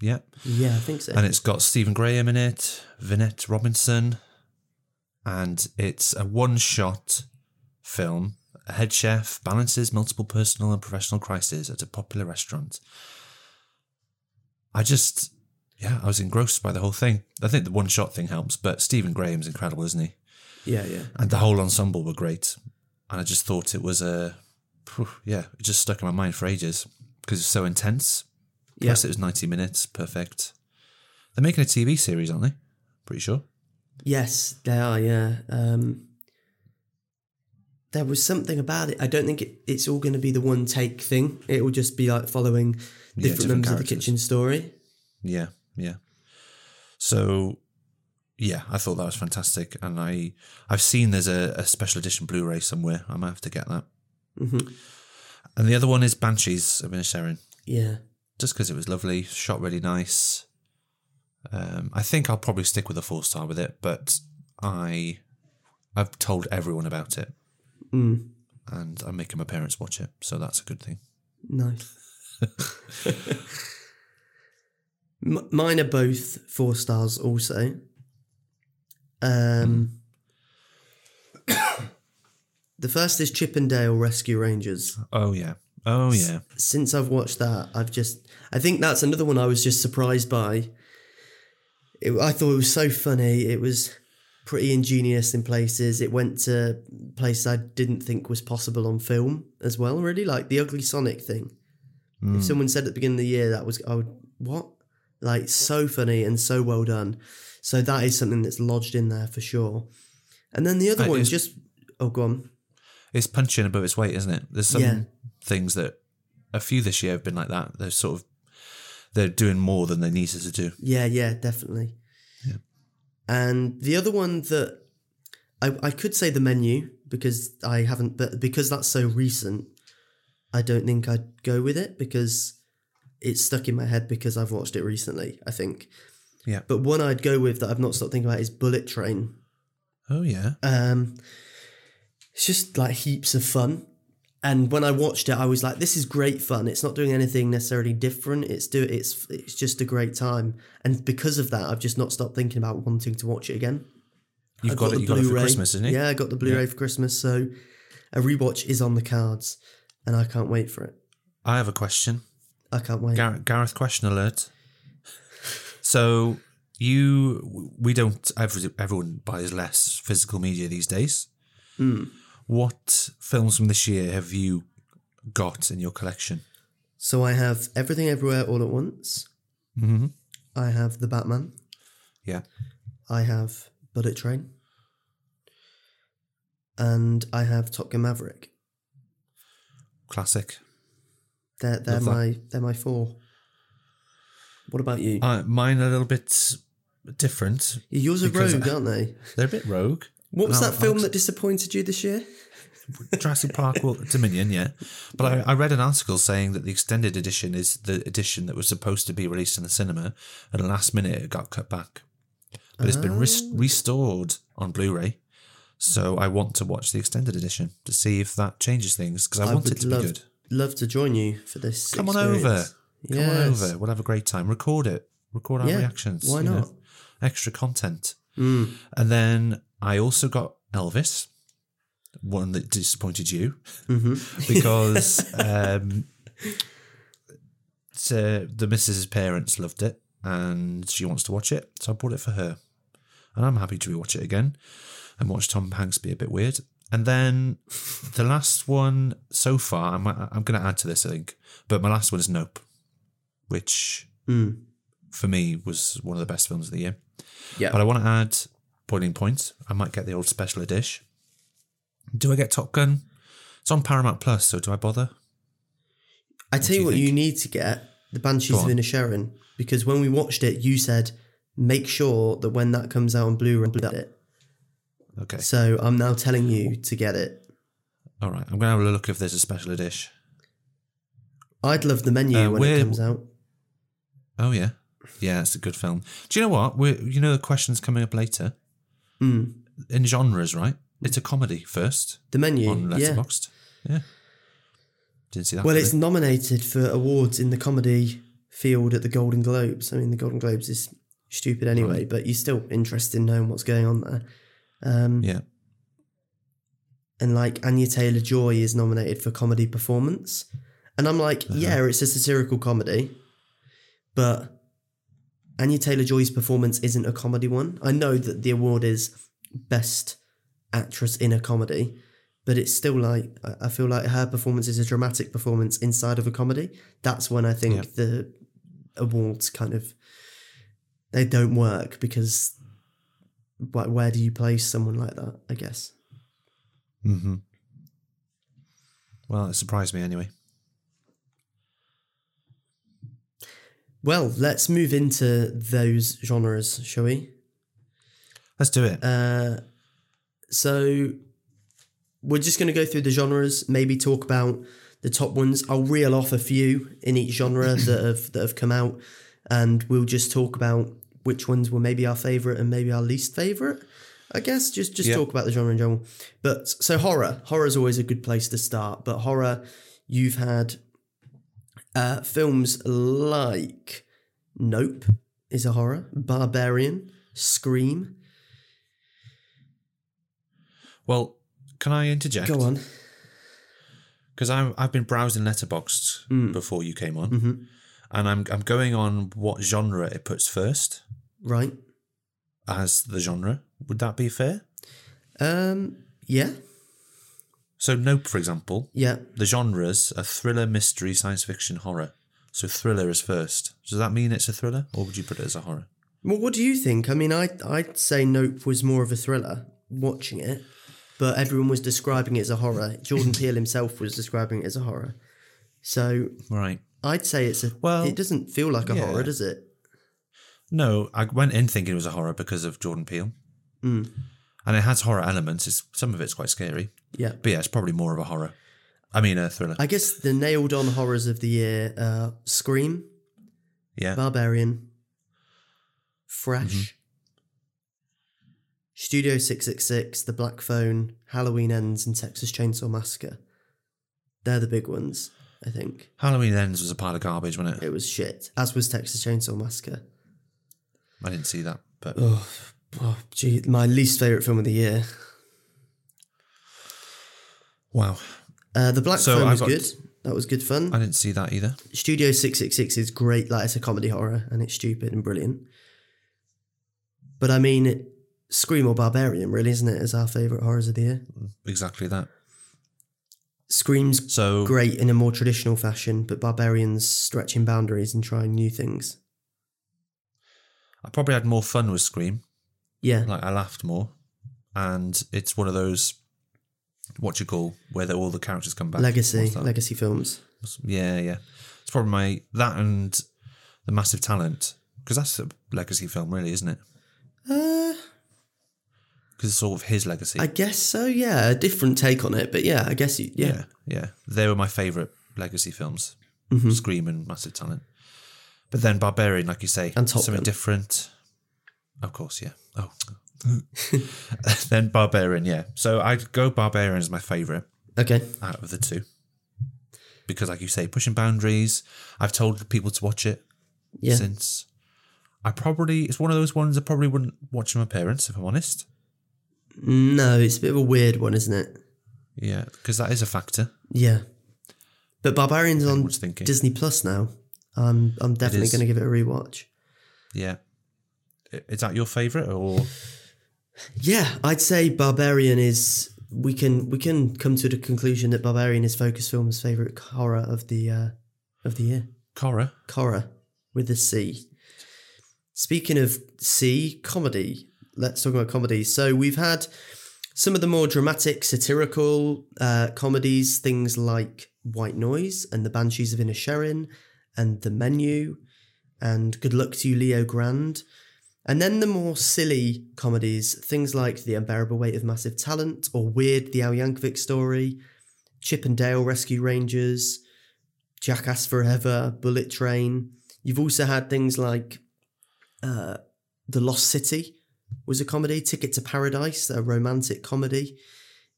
Speaker 2: Yeah,
Speaker 1: yeah, I think so.
Speaker 2: and it's got Stephen Graham in it, Vinette Robinson, and it's a one-shot film. A head chef balances multiple personal and professional crises at a popular restaurant. I just, yeah, I was engrossed by the whole thing. I think the one-shot thing helps, but Stephen Graham's incredible, isn't he?
Speaker 1: yeah, yeah.
Speaker 2: And the whole ensemble were great, and I just thought it was a, phew, yeah, it just stuck in my mind for ages because it's so intense.
Speaker 1: Yeah.
Speaker 2: Plus, it was ninety minutes, perfect. They're making a TV series, aren't they? Pretty sure.
Speaker 1: Yes, they are. Yeah. Um, there was something about it. I don't think it, it's all going to be the one take thing. It will just be like following different,
Speaker 2: different
Speaker 1: members of the
Speaker 2: characters.
Speaker 1: kitchen story.
Speaker 2: Yeah, yeah. So, yeah, I thought that was fantastic, and I I've seen there's a, a special edition Blu-ray somewhere. I might have to get that.
Speaker 1: Mhm.
Speaker 2: And the other one is Banshees of Inisherin,
Speaker 1: Yeah.
Speaker 2: just because it was lovely, shot really nice. Um, I think I'll probably stick with a four star with it, but I I've told everyone about it,
Speaker 1: Mm,
Speaker 2: and I'm making my parents watch it, so that's a good thing. *laughs*
Speaker 1: nice. M- mine are both four stars, also. Um,
Speaker 2: Hmm.
Speaker 1: *coughs* the first is Chippendale Rescue Rangers.
Speaker 2: Oh yeah, oh yeah.
Speaker 1: since I've watched that, I've just I think that's another one I was just surprised by. It, I thought it was so funny. It was pretty ingenious in places. It went to places I didn't think was possible on film as well. Really, like the ugly Sonic thing.
Speaker 2: Mm. Hmm.
Speaker 1: If someone said at the beginning of the year that was, I would what? Like so funny and so well done. So that is something that's lodged in there for sure. And then the other
Speaker 2: That
Speaker 1: one
Speaker 2: is-
Speaker 1: just oh go on
Speaker 2: it's punching above its weight, isn't it? There's some
Speaker 1: Yeah.
Speaker 2: things that a few this year have been like that. They're sort of they're doing more than they needed to do.
Speaker 1: Yeah, yeah, definitely.
Speaker 2: Yeah.
Speaker 1: And the other one that I, I could say the menu because I haven't, but because that's so recent, I don't think I'd go with it because it's stuck in my head because I've watched it recently, I think.
Speaker 2: Yeah.
Speaker 1: But one I'd go with that I've not stopped thinking about is Bullet Train.
Speaker 2: Oh yeah,
Speaker 1: Um, it's just like heaps of fun. And when I watched it, I was like, "This is great fun. It's not doing anything necessarily different. It's do it's it's just a great time." And because of that, I've just not stopped thinking about wanting to watch it again.
Speaker 2: you've
Speaker 1: I've
Speaker 2: got, it. You got it for Christmas, isn't it?
Speaker 1: Yeah, I got the Blu-ray for Christmas, so a rewatch is on the cards, and I can't wait for it.
Speaker 2: I have a question.
Speaker 1: I can't wait.
Speaker 2: Gareth, Gareth question alert. So you, we don't. every- Everyone buys less physical media these days. What films from this year have you got in your collection?
Speaker 1: So I have Everything Everywhere All at Once.
Speaker 2: Mhm.
Speaker 1: I have The Batman.
Speaker 2: Yeah,
Speaker 1: I have Bullet Train. And I have Top Gun Maverick.
Speaker 2: classic.
Speaker 1: They're they're
Speaker 2: Love that.
Speaker 1: my they're my four. What about you?
Speaker 2: Uh, mine are a little bit different.
Speaker 1: Yours are
Speaker 2: because
Speaker 1: rogue,
Speaker 2: I-
Speaker 1: aren't they?
Speaker 2: They're a bit rogue.
Speaker 1: What was
Speaker 2: No,
Speaker 1: that film
Speaker 2: I'll-
Speaker 1: that disappointed you this year?
Speaker 2: Jurassic Park well, Dominion, yeah. But I, I read an article saying that the extended edition is the edition that was supposed to be released in the cinema, and at the last minute it got cut back. But it's been res-
Speaker 1: Oh.
Speaker 2: restored on Blu-ray, so I want to watch the extended edition to see if that changes things because I, want it
Speaker 1: would
Speaker 2: to
Speaker 1: love
Speaker 2: be good.
Speaker 1: love to join you for this.
Speaker 2: Come on
Speaker 1: experience.
Speaker 2: over. Come on
Speaker 1: Yes.
Speaker 2: over. We'll have a great time. Record it. Record our
Speaker 1: Yeah,
Speaker 2: reactions.
Speaker 1: why
Speaker 2: you know.
Speaker 1: not?
Speaker 2: Extra content.
Speaker 1: Mm.
Speaker 2: And then I also got Elvis, one that disappointed you
Speaker 1: Mhm.
Speaker 2: *laughs* because um, *laughs* so the missus's parents loved it and she wants to watch it, so I bought it for her, and I'm happy to rewatch it again and watch Tom Hanks be a bit weird. And then the last one so far, I'm I'm going to add to this, I think, but my last one is Nope, which
Speaker 1: Mm.
Speaker 2: for me was one of the best films of the year.
Speaker 1: Yeah.
Speaker 2: But I want to add Boiling Point. I might get the old special dish. Do I get Top Gun? It's on Paramount Plus, so do I bother?
Speaker 1: I tell
Speaker 2: do
Speaker 1: you
Speaker 2: you
Speaker 1: what,
Speaker 2: think?
Speaker 1: you need to get the
Speaker 2: Go
Speaker 1: Banshees of
Speaker 2: on.
Speaker 1: Inisherin because when we watched it, you said make sure that when that comes out on Blu-ray, you get it.
Speaker 2: Okay.
Speaker 1: So I'm now telling you to get it.
Speaker 2: All right. I'm going to have a look if there's a special dish.
Speaker 1: I'd love the menu
Speaker 2: Uh,
Speaker 1: when
Speaker 2: where-
Speaker 1: it comes out.
Speaker 2: Oh, yeah. Yeah, it's a good film. Do you know what? We're, you know the question's coming up later.
Speaker 1: Mm.
Speaker 2: In genres, right? It's a comedy first
Speaker 1: The menu,
Speaker 2: on
Speaker 1: yeah.
Speaker 2: Letterboxd. Yeah. Didn't see that.
Speaker 1: Well,
Speaker 2: did
Speaker 1: it's
Speaker 2: I?
Speaker 1: nominated for awards in the comedy field at the Golden Globes. I mean, the Golden Globes is stupid anyway, but you're still interested in knowing what's going on there. Um,
Speaker 2: Yeah.
Speaker 1: and like Anya Taylor Joy is nominated for comedy performance. And I'm like, yeah, it's a satirical comedy, but Anya Taylor Joy's performance isn't a comedy one. I know that the award is best actress in a comedy, but it's still like, I- I feel like her performance is a dramatic performance inside of a comedy. That's when I think
Speaker 2: Yeah.
Speaker 1: the awards kind of they don't work because like where do you place someone like that i guess
Speaker 2: Mm-hmm. Well, it surprised me anyway.
Speaker 1: Well, let's move into those genres, shall we?
Speaker 2: Let's do it.
Speaker 1: Uh, so we're just going to go through the genres, maybe talk about the top ones. I'll reel off a few in each genre that have that have come out, and we'll just talk about which ones were maybe our favorite and maybe our least favorite. I guess just just
Speaker 2: Yeah.
Speaker 1: talk about the genre in general. But so horror, horror is always a good place to start. But horror, you've had uh, films like Nope is a horror, Barbarian, Scream.
Speaker 2: well, can I interject?
Speaker 1: Go on.
Speaker 2: because I've I've been browsing Letterboxd
Speaker 1: Mm.
Speaker 2: before you came on,
Speaker 1: Mhm.
Speaker 2: and I'm I'm going on what genre it puts first
Speaker 1: Right.
Speaker 2: as the genre. Would that be fair?
Speaker 1: Um. Yeah.
Speaker 2: So Nope, for example,
Speaker 1: Yeah.
Speaker 2: the genres are thriller, mystery, science fiction, horror. So thriller is first. Does that mean it's a thriller, or would you put it as a horror?
Speaker 1: Well, what do you think? I mean, I I'd say Nope was more of a thriller watching it, but everyone was describing it as a
Speaker 2: *laughs*
Speaker 1: horror. Jordan Peele himself was describing it as a horror. So
Speaker 2: Right.
Speaker 1: I'd say it's a.
Speaker 2: Well,
Speaker 1: it doesn't feel like a
Speaker 2: yeah.
Speaker 1: horror, does it?
Speaker 2: No, I went in thinking it was a horror because of Jordan Peele,
Speaker 1: Mm.
Speaker 2: and it has horror elements. It's some of it's quite scary,
Speaker 1: Yeah.
Speaker 2: but yeah, it's probably more of a horror. I mean, a thriller.
Speaker 1: I guess the nailed on horrors of the year: uh, Scream,
Speaker 2: yeah.
Speaker 1: Barbarian, Fresh, Studio Six Six Six, The Black Phone, Halloween Ends, and Texas Chainsaw Massacre. They're the big ones, I think.
Speaker 2: Halloween Ends was a pile of garbage, wasn't it?
Speaker 1: It was shit. As was Texas Chainsaw Massacre.
Speaker 2: I didn't see that, but
Speaker 1: Oh, oh gee, my least favorite film of the year.
Speaker 2: wow.
Speaker 1: Uh, the Black
Speaker 2: So
Speaker 1: Phone
Speaker 2: I've
Speaker 1: was
Speaker 2: got-
Speaker 1: good. That was good fun.
Speaker 2: I didn't see that either.
Speaker 1: Studio Six Six Six is great. Like it's a comedy horror and it's stupid and brilliant. But I mean, it, Scream or Barbarian really isn't it? Is our favorite horrors of the year.
Speaker 2: Exactly that.
Speaker 1: Scream's
Speaker 2: So
Speaker 1: great in a more traditional fashion, but Barbarian's stretching boundaries and trying new things.
Speaker 2: I probably had more fun with Scream.
Speaker 1: Yeah,
Speaker 2: Like I laughed more, and it's one of those what you call where the- all the characters come back.
Speaker 1: legacy,
Speaker 2: What's that?
Speaker 1: legacy films.
Speaker 2: Yeah, yeah. It's probably my that and the massive talent because that's a legacy film, really, isn't it?
Speaker 1: Uh,
Speaker 2: Because it's sort of his legacy.
Speaker 1: I guess so. Yeah, a different take on it, but yeah, I guess you, yeah.
Speaker 2: yeah, yeah. They were my favorite legacy films:
Speaker 1: Mm-hmm.
Speaker 2: Scream and Massive Talent. But then Barbarian, like you say,
Speaker 1: And Top
Speaker 2: something
Speaker 1: Gun.
Speaker 2: different. Of course, yeah.
Speaker 1: *laughs*
Speaker 2: Oh, *laughs* then Barbarian, yeah. So I'd go Barbarian as my favorite
Speaker 1: Okay.
Speaker 2: out of the two. because, like you say, pushing boundaries. I've told people to watch it
Speaker 1: Yeah.
Speaker 2: since. I probably it's one of those ones I probably wouldn't watch with my parents if I'm honest.
Speaker 1: No, it's a bit of a weird one, isn't it?
Speaker 2: Yeah, because that is a factor.
Speaker 1: Yeah. But Barbarian's on
Speaker 2: Everyone's thinking.
Speaker 1: Disney Plus now. I'm I'm definitely
Speaker 2: is.
Speaker 1: going to give it a rewatch.
Speaker 2: Yeah, I- is that your favorite or
Speaker 1: Yeah, I'd say Barbarian is we can we can come to the conclusion that Barbarian is Focus Film's favorite horror of the uh, of the year.
Speaker 2: Cora?
Speaker 1: Horror with a C. Speaking of C, comedy. Let's talk about comedy. So we've had some of the more dramatic, satirical uh, comedies, things like White Noise and The Banshees of Inner Sharon and The Menu and Good Luck to You, Leo Grand. And then the more silly comedies, things like The Unbearable Weight of Massive Talent or Weird, The Al Yankovic Story, Chip and Dale Rescue Rangers, Jackass Forever, Bullet Train. You've also had things like uh, The Lost City was a comedy, Ticket to Paradise, a romantic comedy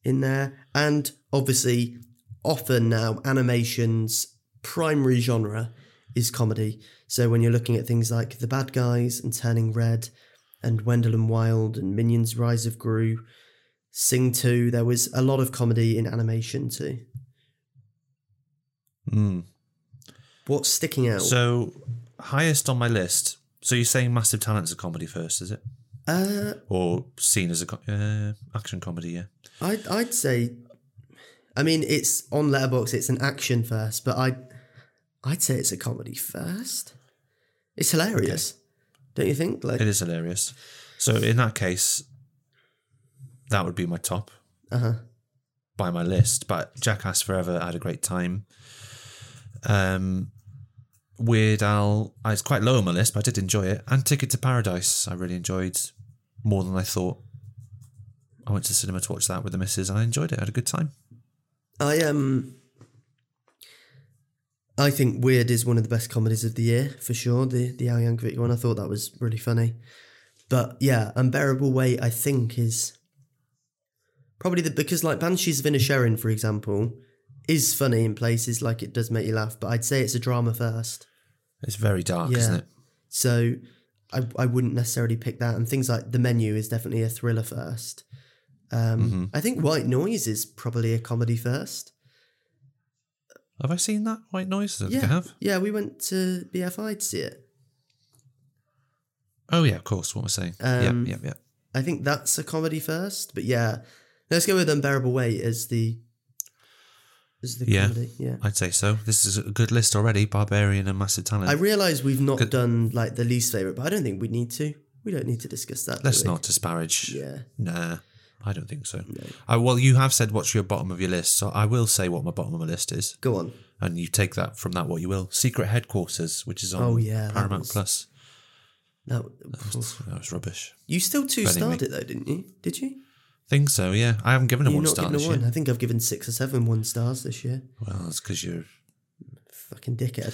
Speaker 1: in there, and obviously often now animation's primary genre is comedy. So when you're looking at things like The Bad Guys and Turning Red and Wendell and Wild and Minions Rise of Gru, Sing 2, there was a lot of comedy in animation too.
Speaker 2: Hmm.
Speaker 1: What's sticking out?
Speaker 2: So highest on my list. So you're saying Massive Talent's a comedy first, is it?
Speaker 1: uh,
Speaker 2: Or seen as a co- uh, action comedy? Yeah.
Speaker 1: I'd, I'd say, I mean, it's on Letterbox. It's an action first, but I, I'd say it's a comedy first. It's hilarious, don't you think? Like,
Speaker 2: It is hilarious. So in that case, that would be my top
Speaker 1: uh huh,
Speaker 2: by my list. But Jackass Forever, I had a great time. Um, Weird Al, uh, it's quite low on my list, but I did enjoy it. And Ticket to Paradise, I really enjoyed more than I thought. I went to the cinema to watch that with the missus, and I enjoyed it. I had a good time.
Speaker 1: I um, I think Weird is one of the best comedies of the year for sure. The the Al Yankovic one, I thought that was really funny. But yeah, Unbearable Weight, I think is probably the because like Banshees of Inisherin, for example, is funny in places. Like it does make you laugh, but I'd say it's a drama first.
Speaker 2: It's very dark,
Speaker 1: Yeah.
Speaker 2: isn't it?
Speaker 1: So I, I wouldn't necessarily pick that. And things like The Menu is definitely a thriller first. Um, I think White Noise is probably a comedy first.
Speaker 2: Have I seen that White Noise? I don't
Speaker 1: Yeah.
Speaker 2: think I have.
Speaker 1: Yeah, we went to BFI to see it.
Speaker 2: Oh yeah, of course. What am I saying?
Speaker 1: Um,
Speaker 2: yeah, yeah, yeah.
Speaker 1: I think that's a comedy first. But yeah, let's go with Unbearable Weight as the as the
Speaker 2: Yeah.
Speaker 1: comedy. Yeah.
Speaker 2: I'd say so. This is a good list already. Barbarian and Massive Talent.
Speaker 1: I realise we've not
Speaker 2: Good.
Speaker 1: done like the least favourite, but I don't think we need to. We don't need to discuss that. do
Speaker 2: Let's
Speaker 1: we?
Speaker 2: not disparage.
Speaker 1: Yeah.
Speaker 2: Nah, I don't think so. I, well, you have said what's your bottom of your list, so I will say what my bottom of my list is,
Speaker 1: Go on.
Speaker 2: and you take that from that what you will. Secret Headquarters, which is on
Speaker 1: Oh, yeah, that
Speaker 2: Paramount
Speaker 1: was-
Speaker 2: Plus.
Speaker 1: No,
Speaker 2: That was rubbish.
Speaker 1: you still two
Speaker 2: Burning
Speaker 1: starred
Speaker 2: me.
Speaker 1: it though, didn't you? Did you?
Speaker 2: Think so? Yeah, I haven't given it
Speaker 1: You're
Speaker 2: one
Speaker 1: not
Speaker 2: star
Speaker 1: giving
Speaker 2: this
Speaker 1: a one.
Speaker 2: year.
Speaker 1: I think I've given six or seven one stars this year.
Speaker 2: Well, it's because you're.
Speaker 1: Fucking dickhead.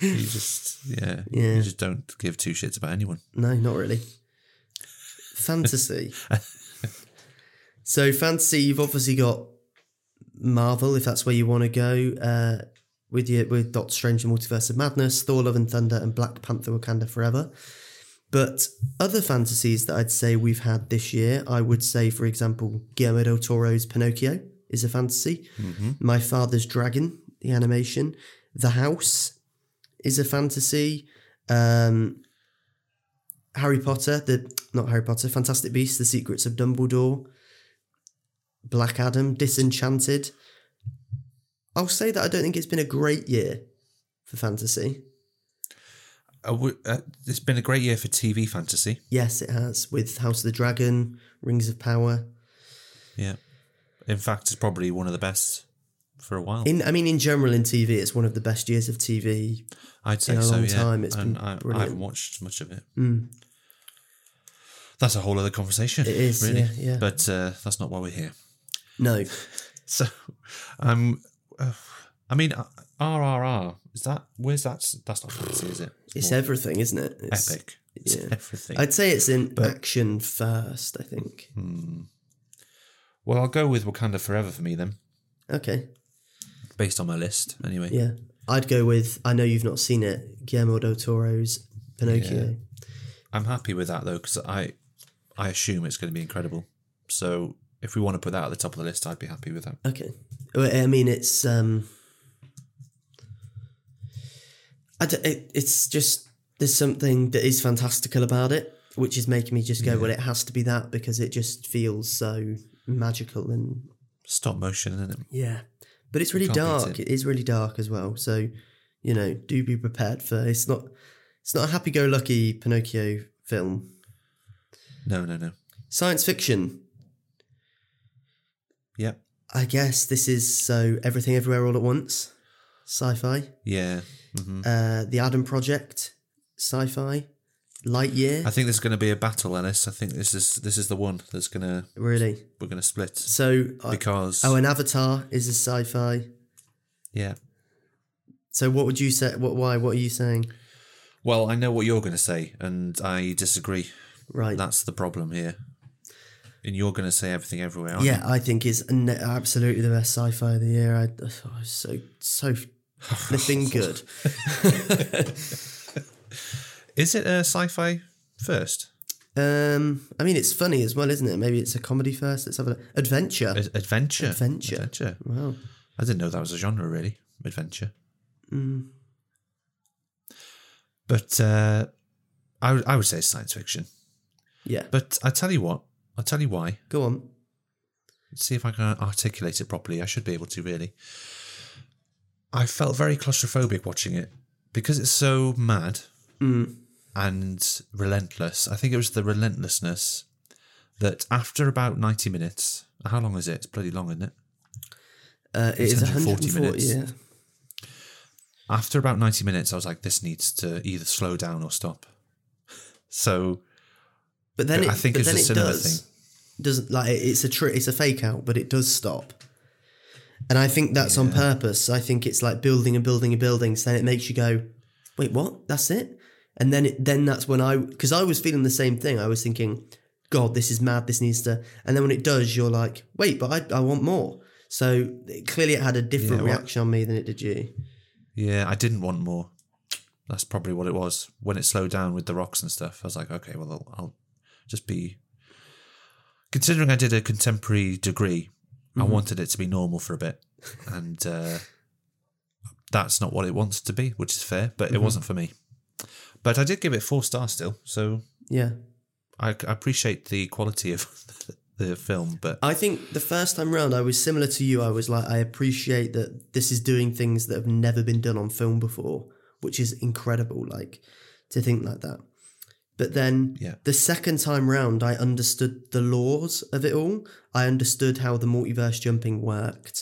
Speaker 2: you just yeah,
Speaker 1: Yeah.
Speaker 2: You just don't give two shits about anyone.
Speaker 1: No, not really. Fantasy. so fantasy, you've obviously got Marvel, if that's where you want to go, uh, with your with Doctor Strange and Multiverse of Madness, Thor: Love and Thunder, and Black Panther: Wakanda Forever. But other fantasies that I'd say we've had this year, I would say, for example, Guillermo del Toro's Pinocchio is a fantasy. My Father's Dragon, the animation, The House is a fantasy. Um, Harry Potter, the not Harry Potter, Fantastic Beasts, The Secrets of Dumbledore, Black Adam, Disenchanted. I'll say that I don't think it's been a great year for fantasy.
Speaker 2: I would- uh, it's been a great year for TV fantasy.
Speaker 1: Yes, it has with House of the Dragon, Rings of Power.
Speaker 2: Yeah, in fact, it's probably one of the best for a while.
Speaker 1: In I mean, in general, in TV, it's one of the best years of TV.
Speaker 2: I'd say
Speaker 1: in a
Speaker 2: so.
Speaker 1: long
Speaker 2: yeah,
Speaker 1: time, it's
Speaker 2: and
Speaker 1: been
Speaker 2: I, I
Speaker 1: brilliant.
Speaker 2: haven't watched much of it.
Speaker 1: Mm.
Speaker 2: That's a whole other conversation.
Speaker 1: It is,
Speaker 2: really.
Speaker 1: yeah, yeah.
Speaker 2: But uh, that's not why we're
Speaker 1: *laughs*
Speaker 2: here.
Speaker 1: No,
Speaker 2: So, um, uh, I mean, uh, RRR is that? Where's that? That's not fantasy, is it?
Speaker 1: it's
Speaker 2: more
Speaker 1: everything, isn't it? It's,
Speaker 2: epic. It's
Speaker 1: yeah.
Speaker 2: everything.
Speaker 1: I'd say it's in action first. I think.
Speaker 2: Hmm. Well, I'll go with Wakanda Forever for me then.
Speaker 1: Okay.
Speaker 2: based on my list anyway.
Speaker 1: Yeah. I'd go with, I know you've not seen it, Guillermo del Toro's Pinocchio.
Speaker 2: I'm happy with that though because I I assume it's going to be incredible. So if we want to put that at the top of the list, I'd be happy with that.
Speaker 1: Okay. Well, I mean, it's, um, I d- it, it's just, there's something that is fantastical about it, which is making me just go, well, it has to be that because it just feels so magical and
Speaker 2: Stop motion, isn't it?
Speaker 1: Yeah, but it's really
Speaker 2: can't beat
Speaker 1: dark.
Speaker 2: it.
Speaker 1: It is really dark as well. So, you know, do be prepared for it's not it's not a happy-go-lucky Pinocchio film.
Speaker 2: No, no, no.
Speaker 1: Science fiction.
Speaker 2: Yep.
Speaker 1: I guess this is so everything everywhere all at once, sci-fi.
Speaker 2: Yeah. hmm
Speaker 1: Uh, the Adam Project, sci-fi. Lightyear,
Speaker 2: I think there's going to be a battle, Ennis. I think this is this is the one that's gonna
Speaker 1: really.
Speaker 2: we're gonna split
Speaker 1: So, I-
Speaker 2: because
Speaker 1: oh, and Avatar is a sci-fi.
Speaker 2: yeah.
Speaker 1: So, what would you say? What? Why? What are you saying?
Speaker 2: Well, I know what you're going to say, and I disagree.
Speaker 1: Right.
Speaker 2: That's the problem here. And you're going to say everything everywhere. Aren't
Speaker 1: Yeah, I think it's n- absolutely the best sci-fi of the year. I, I thought it was so so
Speaker 2: *laughs*
Speaker 1: flipping good.
Speaker 2: You? Is it a sci-fi first?
Speaker 1: Um, I mean, it's funny as well, isn't it? Maybe it's a comedy first. Let's have a look. adventure.
Speaker 2: A- adventure.
Speaker 1: Adventure.
Speaker 2: Adventure.
Speaker 1: wow.
Speaker 2: I didn't know that was a genre, really. Adventure.
Speaker 1: Mm.
Speaker 2: But uh, I would- I would say science fiction.
Speaker 1: Yeah.
Speaker 2: But I tell you what, I'll tell you why.
Speaker 1: Go on.
Speaker 2: see if I can articulate it properly. I should be able to really. I felt very claustrophobic watching it because it's so mad and relentless. I think it was the relentlessness that after about 90 minutes, how long is it? It's bloody long, isn't it?
Speaker 1: Uh, it
Speaker 2: It's
Speaker 1: is
Speaker 2: 140
Speaker 1: 140 minutes. Yeah.
Speaker 2: minutes. After about 90 minutes, I was like, this needs to either slow down or stop. *laughs* So
Speaker 1: But then it,
Speaker 2: I think
Speaker 1: but
Speaker 2: it's
Speaker 1: then
Speaker 2: a
Speaker 1: it
Speaker 2: cinema
Speaker 1: does.
Speaker 2: thing.
Speaker 1: Doesn't like it- it's a tr- it's a fake out, but it does stop. And I think that's on purpose. I think it's like building and building and building. So then it makes you go, wait, what? That's it. And then it then that's when I because I was feeling the same thing. I was thinking, God, this is mad. This needs to. And then when it does, you're like, wait, but I I want more. So it- clearly, it had a different
Speaker 2: Yeah, well-
Speaker 1: reaction on me than it did you.
Speaker 2: yeah, I didn't want more. That's probably what it was. When it slowed down with the rocks and stuff, I was like, okay, well, I'll, I'll just be. Considering I did a contemporary degree, I wanted it to be normal for a bit. And uh, that's not what it wants to be, which is fair, but it wasn't for me. But I did give it four stars still. So
Speaker 1: Yeah.
Speaker 2: I, I appreciate the quality of *laughs* the film, but
Speaker 1: I think the first time round, I was similar to you. I was like, I appreciate that this is doing things that have never been done on film before, which is incredible. Like to think like that. But then
Speaker 2: Yeah.
Speaker 1: the second time round, I understood the laws of it all. I understood how the multiverse jumping worked.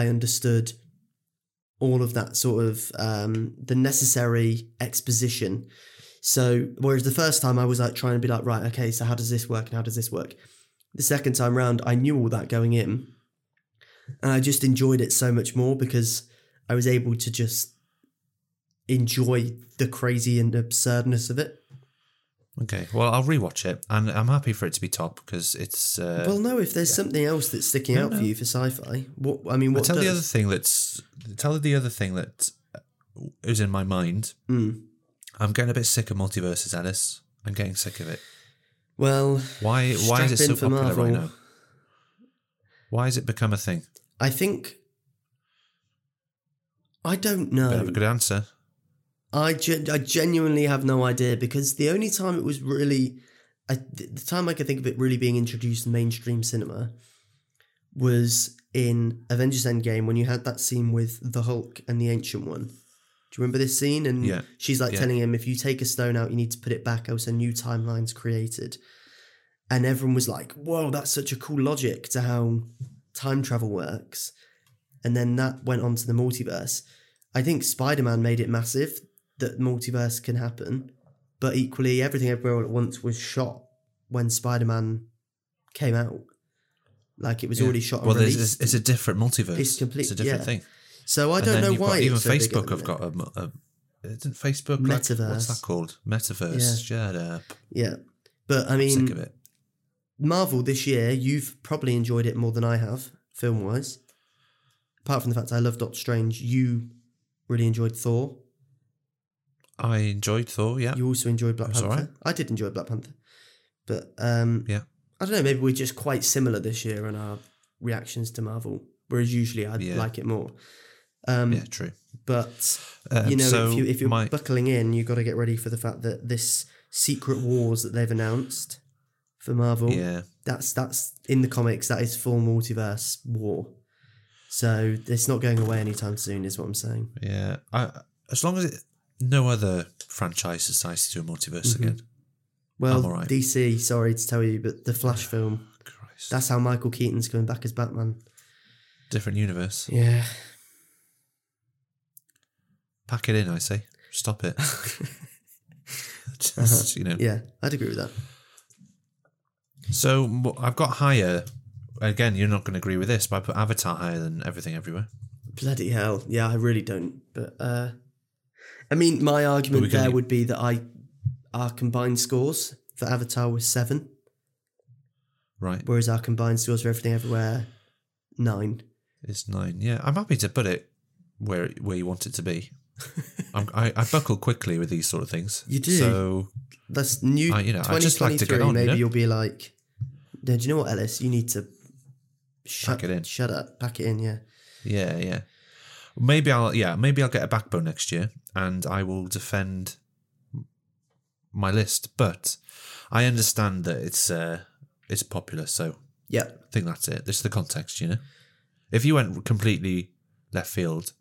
Speaker 1: I understood all of that sort of um, the necessary exposition. So, whereas the first time I was like trying to be like, right, okay, so how does this work and how does this work? The second time round, I knew all that going in. And I just enjoyed it so much more because I was able to just enjoy the crazy and absurdness of it.
Speaker 2: okay. Well, I'll rewatch it and I'm happy for it to be top because it's. Uh,
Speaker 1: Well, no, if there's something else that's sticking out for you for sci-fi, what I mean, what
Speaker 2: tell
Speaker 1: does?
Speaker 2: the other thing that's tell the other thing that is in my mind.
Speaker 1: Hmm.
Speaker 2: I'm getting a bit sick of multiverses, Alice. I'm getting sick of it.
Speaker 1: well,
Speaker 2: Why? Why is
Speaker 1: Strap
Speaker 2: it
Speaker 1: in
Speaker 2: so
Speaker 1: for
Speaker 2: popular right
Speaker 1: Marvel.
Speaker 2: now? Why has it become a thing?
Speaker 1: I think I don't
Speaker 2: Bit
Speaker 1: know.
Speaker 2: of a good answer.
Speaker 1: I gen- I genuinely have no idea because the only time it was really, I, th- the time I could think of it really being introduced in mainstream cinema was in Avengers Endgame when you had that scene with the Hulk and the Ancient One. Do you remember this scene? And
Speaker 2: Yeah.
Speaker 1: she's like
Speaker 2: Yeah.
Speaker 1: telling him, if you take a stone out, you need to put it back, else a new timeline's created. And everyone was like, whoa, that's such a cool logic to how time travel works. And then that went on to the multiverse. I think Spider Man made it massive that multiverse can happen, but equally, everything everywhere all at once was shot when Spider Man came out. Like it was already shot. And
Speaker 2: Well, there's-
Speaker 1: released.
Speaker 2: it's, it's a different multiverse.
Speaker 1: It's complete-
Speaker 2: a different
Speaker 1: yeah.
Speaker 2: thing.
Speaker 1: so I
Speaker 2: And
Speaker 1: don't
Speaker 2: then
Speaker 1: know
Speaker 2: you've
Speaker 1: why
Speaker 2: Got, even
Speaker 1: it's so big at
Speaker 2: Facebook
Speaker 1: the
Speaker 2: have
Speaker 1: minute.
Speaker 2: got a, mu- a. Isn't Facebook like-
Speaker 1: Metaverse.
Speaker 2: what's that called? Metaverse. Shut up.
Speaker 1: Yeah, but I mean,
Speaker 2: sick of it.
Speaker 1: Marvel this year, you've probably enjoyed it more than I have, film wise. apart from the fact I love Doctor Strange, you really enjoyed Thor.
Speaker 2: I enjoyed Thor. Yeah,
Speaker 1: You also enjoyed Black
Speaker 2: It was
Speaker 1: Panther.
Speaker 2: alright.
Speaker 1: I did enjoy Black Panther, but um,
Speaker 2: Yeah.
Speaker 1: I don't know. Maybe we're just quite similar this year in our reactions to Marvel, whereas usually I
Speaker 2: Yeah.
Speaker 1: like it more. Um,
Speaker 2: yeah, true.
Speaker 1: But
Speaker 2: Um,
Speaker 1: you know,
Speaker 2: so
Speaker 1: if, you, if you're
Speaker 2: my,
Speaker 1: buckling in, you've got to get ready for the fact that this Secret Wars that they've announced for Marvel,
Speaker 2: yeah,
Speaker 1: that's that's in the comics. That is full multiverse war. So it's not going away anytime soon, is what I'm saying.
Speaker 2: yeah. I, as long as it, no other franchise decides to do a multiverse
Speaker 1: Mhm.
Speaker 2: again.
Speaker 1: Well,
Speaker 2: all right.
Speaker 1: DC, sorry to tell you, but the Flash film,
Speaker 2: Christ,
Speaker 1: that's how Michael Keaton's coming back as Batman.
Speaker 2: different universe.
Speaker 1: Yeah.
Speaker 2: Pack it in, I say.
Speaker 1: *laughs*
Speaker 2: Stop it. *laughs* Just you know.
Speaker 1: Yeah, I'd agree with that.
Speaker 2: So m- I've got higher. Again, you're not going to agree with this, but I put Avatar higher than everything everywhere.
Speaker 1: Bloody hell. Yeah, I really don't. But uh I mean my
Speaker 2: we
Speaker 1: argument
Speaker 2: can
Speaker 1: there
Speaker 2: leave-
Speaker 1: would be that I our combined scores for Avatar was seven,
Speaker 2: Right,
Speaker 1: whereas our combined scores for everything everywhere nine.
Speaker 2: it's nine. Yeah, I'm happy to put it where where you want it to
Speaker 1: *laughs*
Speaker 2: be. I'm, I, I buckle quickly with these sort of things.
Speaker 1: You do.
Speaker 2: So
Speaker 1: That's new
Speaker 2: I- you know, I
Speaker 1: twenty
Speaker 2: just like
Speaker 1: twenty
Speaker 2: to get
Speaker 1: three,
Speaker 2: on, you
Speaker 1: maybe
Speaker 2: know?
Speaker 1: you'll be like No, do you know what, Ellis? You need to shut
Speaker 2: Pack it in.
Speaker 1: Shut up, pack it in, yeah.
Speaker 2: yeah, yeah. Maybe I'll yeah maybe I'll get a backbone next year and I will defend my list. But I understand that it's uh it's popular, so
Speaker 1: Yeah.
Speaker 2: I think that's it. This is the context, you know. If you went completely left field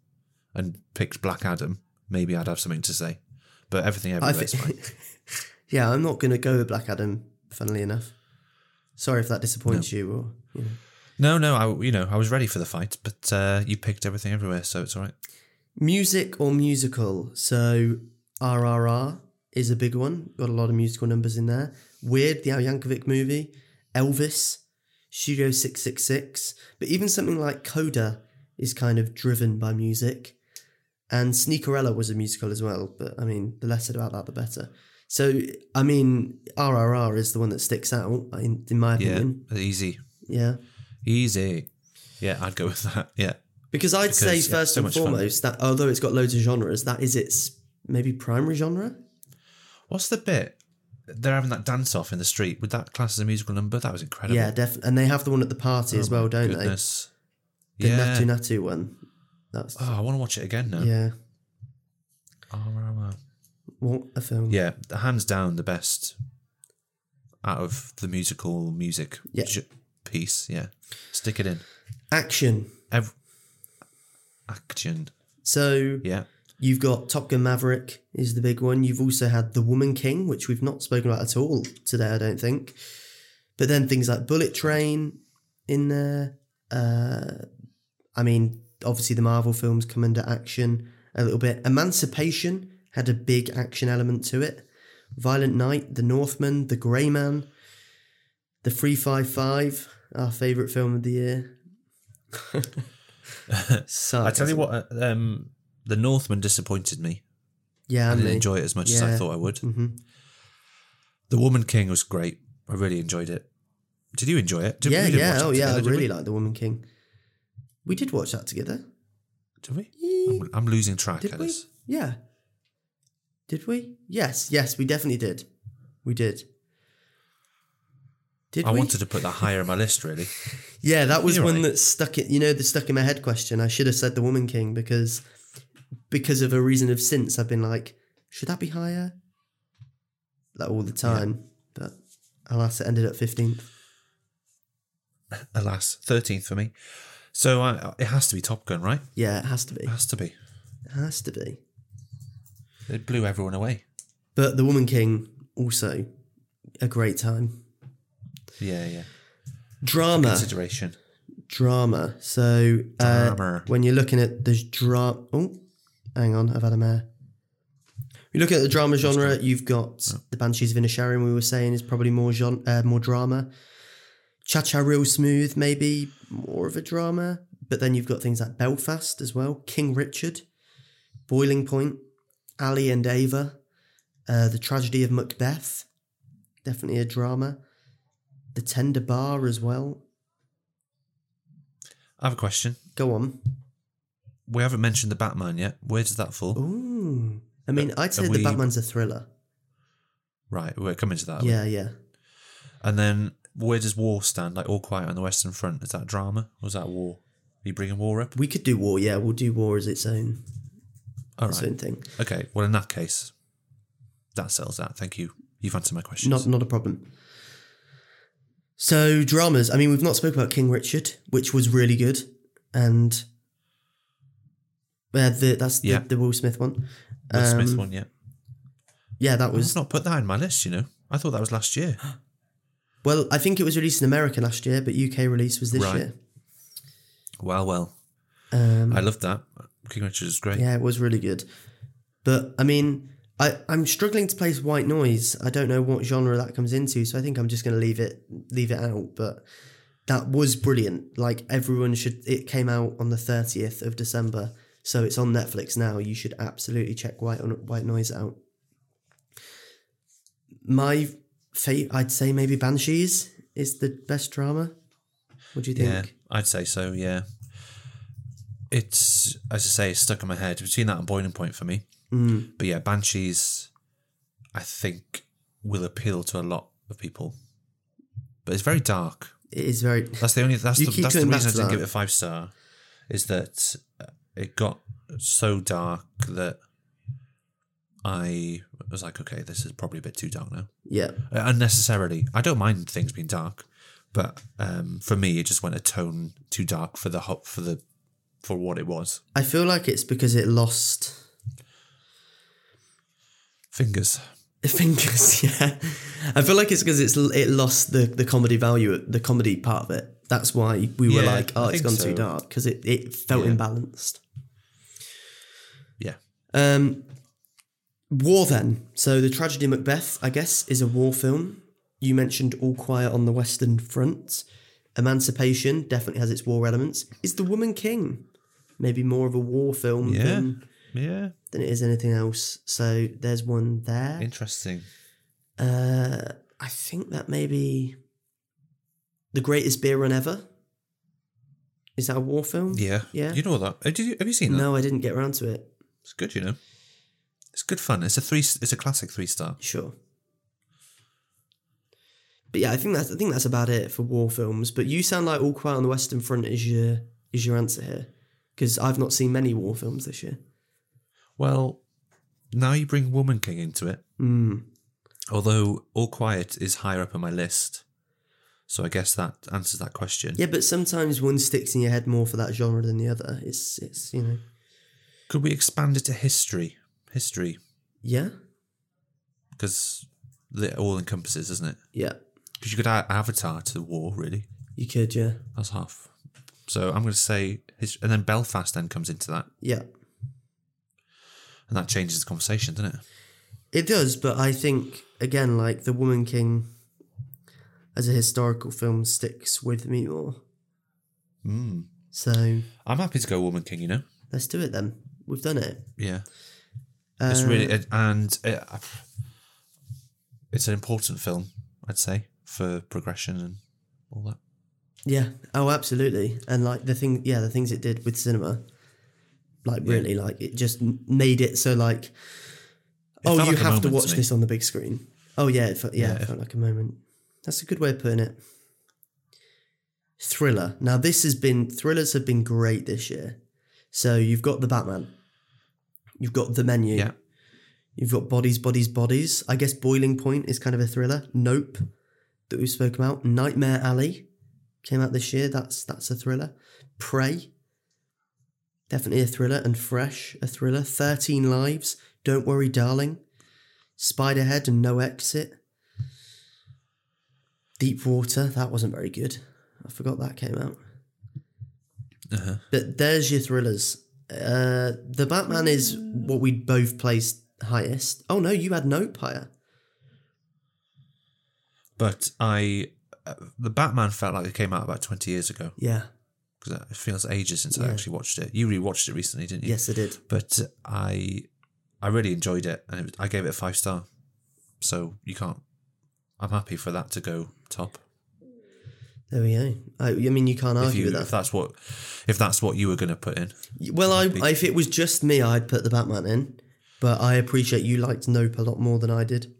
Speaker 2: and picked Black Adam, maybe I'd have something to say. But everything
Speaker 1: I
Speaker 2: everywhere is fine.
Speaker 1: think *laughs* Yeah, I'm not gonna go with Black Adam, funnily enough. Sorry if that disappoints you or you know.
Speaker 2: No, no, I you know I was ready for the fight, but uh, you picked everything everywhere, so it's all right.
Speaker 1: Music or musical? So RRR is a big one. Got a lot of musical numbers in there. Weird, the Al Yankovic movie. Elvis, Studio 666. But even something like Coda is kind of driven by music. And Sneakerella was a musical as well. But I mean, the less said about that, the better. So, I mean, RRR is the one that sticks out, in, in my
Speaker 2: Yeah,
Speaker 1: opinion.
Speaker 2: easy,
Speaker 1: yeah.
Speaker 2: easy. Yeah, I'd go with that. Yeah,
Speaker 1: Because I'd say
Speaker 2: Because, yeah,
Speaker 1: first
Speaker 2: so
Speaker 1: and
Speaker 2: much fun.
Speaker 1: foremost that although it's got loads of genres, that is its maybe primary genre.
Speaker 2: what's the bit? They're having that dance off in the street. Would that class as a musical number? That was incredible.
Speaker 1: Yeah, definitely. And they have the one at the party as well, don't
Speaker 2: Oh Goodness.
Speaker 1: they? The
Speaker 2: yeah.
Speaker 1: Natu Natu one. That's
Speaker 2: Oh, I want to watch it again now.
Speaker 1: yeah.
Speaker 2: Oh, wow, wow.
Speaker 1: What a film.
Speaker 2: Yeah, hands down the best out of the musical music
Speaker 1: Yeah.
Speaker 2: ju- piece. Yeah, stick it in.
Speaker 1: Action.
Speaker 2: Ev- action.
Speaker 1: So
Speaker 2: Yeah,
Speaker 1: you've got Top Gun Maverick is the big one. You've also had The Woman King, which we've not spoken about at all today, I don't think. But then things like Bullet Train in there. Uh, I mean, obviously the Marvel films come under action a little bit. Emancipation had a big action element to it. Violent Night, The Northman, The Grey Man, The Free Five Five, our favourite film of the
Speaker 2: *laughs*
Speaker 1: year. *laughs* Oh,
Speaker 2: I tell you what, uh, um, The Northman disappointed me.
Speaker 1: yeah,
Speaker 2: I
Speaker 1: me.
Speaker 2: didn't enjoy it as much as I
Speaker 1: Yeah.
Speaker 2: thought I would.
Speaker 1: Mhm.
Speaker 2: The Woman King was great. I really enjoyed it. Did you enjoy it? Did,
Speaker 1: yeah,
Speaker 2: we didn't
Speaker 1: yeah,
Speaker 2: watch it
Speaker 1: oh yeah,
Speaker 2: together,
Speaker 1: I
Speaker 2: did
Speaker 1: really
Speaker 2: we?
Speaker 1: like The Woman King. We did watch that together.
Speaker 2: Did we? I'm, I'm losing track.
Speaker 1: Did we?
Speaker 2: Ellis.
Speaker 1: Yeah. Did we? Yes, yes, we definitely did. We did. Did
Speaker 2: I
Speaker 1: we?
Speaker 2: wanted to put that higher on my
Speaker 1: *laughs*
Speaker 2: list. Really,
Speaker 1: yeah, that was
Speaker 2: You're
Speaker 1: one
Speaker 2: right.
Speaker 1: that stuck it. You know, the stuck in my head question. I should have said The Woman King because, because of a reason of since I've been like, should that be higher? Like all the time, but alas, it ended up fifteenth.
Speaker 2: alas, thirteenth for me. So I, it has to be Top Gun, right?
Speaker 1: Yeah, it has to be.
Speaker 2: It has to be.
Speaker 1: It has to be.
Speaker 2: It blew everyone away.
Speaker 1: But The Woman King also a great time.
Speaker 2: Yeah, yeah.
Speaker 1: Drama,
Speaker 2: Consideration.
Speaker 1: drama. So uh,
Speaker 2: Drama.
Speaker 1: when you're looking at the drama, oh, hang on, I've had a mare. You look at the drama genre. You've got the Banshees of Inisherin. We were saying is probably more genre, uh, more drama. Cha Cha Real Smooth, maybe more of a drama. But then you've got things like Belfast as well, King Richard, Boiling Point, Ali and Ava, uh, The Tragedy of Macbeth, definitely a drama. The Tender Bar as well.
Speaker 2: I have a question.
Speaker 1: Go on.
Speaker 2: we haven't mentioned the Batman yet. Where does that fall?
Speaker 1: Ooh. I mean, I'd say
Speaker 2: are
Speaker 1: the
Speaker 2: we- Oh.
Speaker 1: Batman's a thriller.
Speaker 2: Right, we're coming to that.
Speaker 1: yeah, yeah.
Speaker 2: And then where does war stand? Like All Quiet on the Western Front? Is that drama or is that war? Are you bringing war up?
Speaker 1: We could do war. Yeah, we'll do war as its own,
Speaker 2: All
Speaker 1: its
Speaker 2: right.
Speaker 1: own thing.
Speaker 2: Okay. Well, in that case, that settles that. Thank you. You've answered my questions.
Speaker 1: Not not a problem. So dramas. I mean, we've not spoken about King Richard, which was really good, and uh, the, that's
Speaker 2: Yeah.
Speaker 1: the, the Will Smith one.
Speaker 2: Will Smith
Speaker 1: um,
Speaker 2: one yet.
Speaker 1: Yeah, that
Speaker 2: I've
Speaker 1: was
Speaker 2: not put that in my list. You know, I thought that was
Speaker 1: *gasps*
Speaker 2: last year.
Speaker 1: well. I think it was released in America last year, but UK release was this
Speaker 2: Right.
Speaker 1: year.
Speaker 2: Well, well,
Speaker 1: Um,
Speaker 2: I loved that. King Richard is great.
Speaker 1: yeah, it was really good. But I mean, I I'm struggling to place White Noise. I don't know what genre that comes into, so I think I'm just going to leave it leave it out. But that was brilliant. Like everyone should. It came out on the 30th of December, so it's on Netflix now. You should absolutely check White White Noise out. My fate, I'd say maybe Banshees is the best drama. What do you think?
Speaker 2: Yeah, I'd say so. Yeah, it's as I say, it's stuck in my head between that and Boiling Point for me.
Speaker 1: Mm,
Speaker 2: But yeah, Banshees, I think, will appeal to a lot of people. But it's very dark.
Speaker 1: it is very.
Speaker 2: That's the only. That's
Speaker 1: You
Speaker 2: the,
Speaker 1: keep
Speaker 2: that's the
Speaker 1: coming back
Speaker 2: reason I
Speaker 1: to
Speaker 2: didn't
Speaker 1: that.
Speaker 2: give it a five star. Is that uh, it got so dark that I was like, okay, this is probably a bit too dark now,
Speaker 1: Yeah.
Speaker 2: Uh, unnecessarily. I don't mind things being dark, but um, for me, it just went a tone too dark for the hot for the for what it was.
Speaker 1: I feel like it's because it lost
Speaker 2: Fingers.
Speaker 1: fingers. *laughs* Yeah, I feel like it's because it's it lost the the comedy value, the comedy part of it. That's why we were
Speaker 2: Yeah,
Speaker 1: like,
Speaker 2: I
Speaker 1: oh, it's
Speaker 2: think
Speaker 1: gone
Speaker 2: so.
Speaker 1: too dark because it it felt
Speaker 2: Yeah.
Speaker 1: imbalanced.
Speaker 2: Yeah.
Speaker 1: Um, war then. So the tragedy Macbeth, I guess, is a war film. You mentioned All Quiet on the Western Front. Emancipation definitely has its war elements. Is The Woman King maybe more of a war film
Speaker 2: Yeah.
Speaker 1: than,
Speaker 2: Yeah.
Speaker 1: than it is anything else? So there's one there.
Speaker 2: Interesting.
Speaker 1: Uh, I think that maybe the greatest beer run ever. Is that a war film?
Speaker 2: Yeah.
Speaker 1: Yeah.
Speaker 2: You know that? Uh, Did you, have you seen that?
Speaker 1: No, I didn't get around to it.
Speaker 2: It's good, you know. It's good fun. It's a three. It's a classic three star.
Speaker 1: Sure. But yeah, I think that's I think that's about it for war films. But you sound like All Quiet on the Western Front is your is your answer here, because I've not seen many war films this year.
Speaker 2: Well, now you bring Woman King into it.
Speaker 1: Mm.
Speaker 2: Although All Quiet is higher up on my list, so I guess that answers that question.
Speaker 1: Yeah, but sometimes one sticks in your head more for that genre than the other. It's it's you know
Speaker 2: Could we expand it to history? History,
Speaker 1: yeah
Speaker 2: because it all encompasses, isn't it?
Speaker 1: yeah
Speaker 2: Because you could add Avatar to the war, really.
Speaker 1: you could yeah
Speaker 2: That's half. So I'm going to say, his, and then Belfast then comes into that,
Speaker 1: yeah
Speaker 2: and that changes the conversation, doesn't it?
Speaker 1: It does, but I think again, like the Woman King, as a historical film, sticks with me more.
Speaker 2: Mm.
Speaker 1: So
Speaker 2: I'm happy to go Woman King. You know,
Speaker 1: let's do it then. We've done it.
Speaker 2: yeah.
Speaker 1: Uh,
Speaker 2: It's really it, and it, it's an important film, I'd say, for progression and all that.
Speaker 1: yeah. Oh, absolutely. And like the thing, yeah, the things it did with cinema, like
Speaker 2: Yeah.
Speaker 1: really, like it just m- made it so like, oh,
Speaker 2: felt
Speaker 1: you
Speaker 2: like a
Speaker 1: have to
Speaker 2: moment to
Speaker 1: watch
Speaker 2: me.
Speaker 1: this on the big screen. Oh yeah, it felt, yeah,
Speaker 2: Yeah,
Speaker 1: it
Speaker 2: it-
Speaker 1: felt like a moment. That's a good way of putting it. Thriller. Now this has been thrillers have been great this year. So you've got the Batman. You've got the menu.
Speaker 2: Yeah.
Speaker 1: You've got bodies, bodies, bodies. I guess Boiling Point is kind of a thriller. Nope, that we've spoken about. Nightmare Alley came out this year. That's that's a thriller. Prey, definitely a thriller, and Fresh, a thriller. Thirteen Lives. Don't worry, darling. Spiderhead and No Exit. Deep Water. That wasn't very good. I forgot that came out.
Speaker 2: Uh-huh.
Speaker 1: But there's your thrillers. Uh, the Batman is what we both placed highest. Oh no, you had Nope higher.
Speaker 2: But I, uh, the Batman felt like it came out about twenty years ago
Speaker 1: Yeah.
Speaker 2: because it feels ages since I
Speaker 1: Yeah.
Speaker 2: actually watched it. You rewatched it recently, didn't you?
Speaker 1: Yes, I did.
Speaker 2: But I, I really enjoyed it, and it was, I gave it a five star. So you can't. I'm happy for that to go top.
Speaker 1: There we go. I, I mean, you can't
Speaker 2: If,
Speaker 1: argue
Speaker 2: you,
Speaker 1: with that.
Speaker 2: if that's what, if that's what you were going to put in,
Speaker 1: Well, I, if it was just me, I'd put the Batman in, but I appreciate you liked Nope a lot more than I did.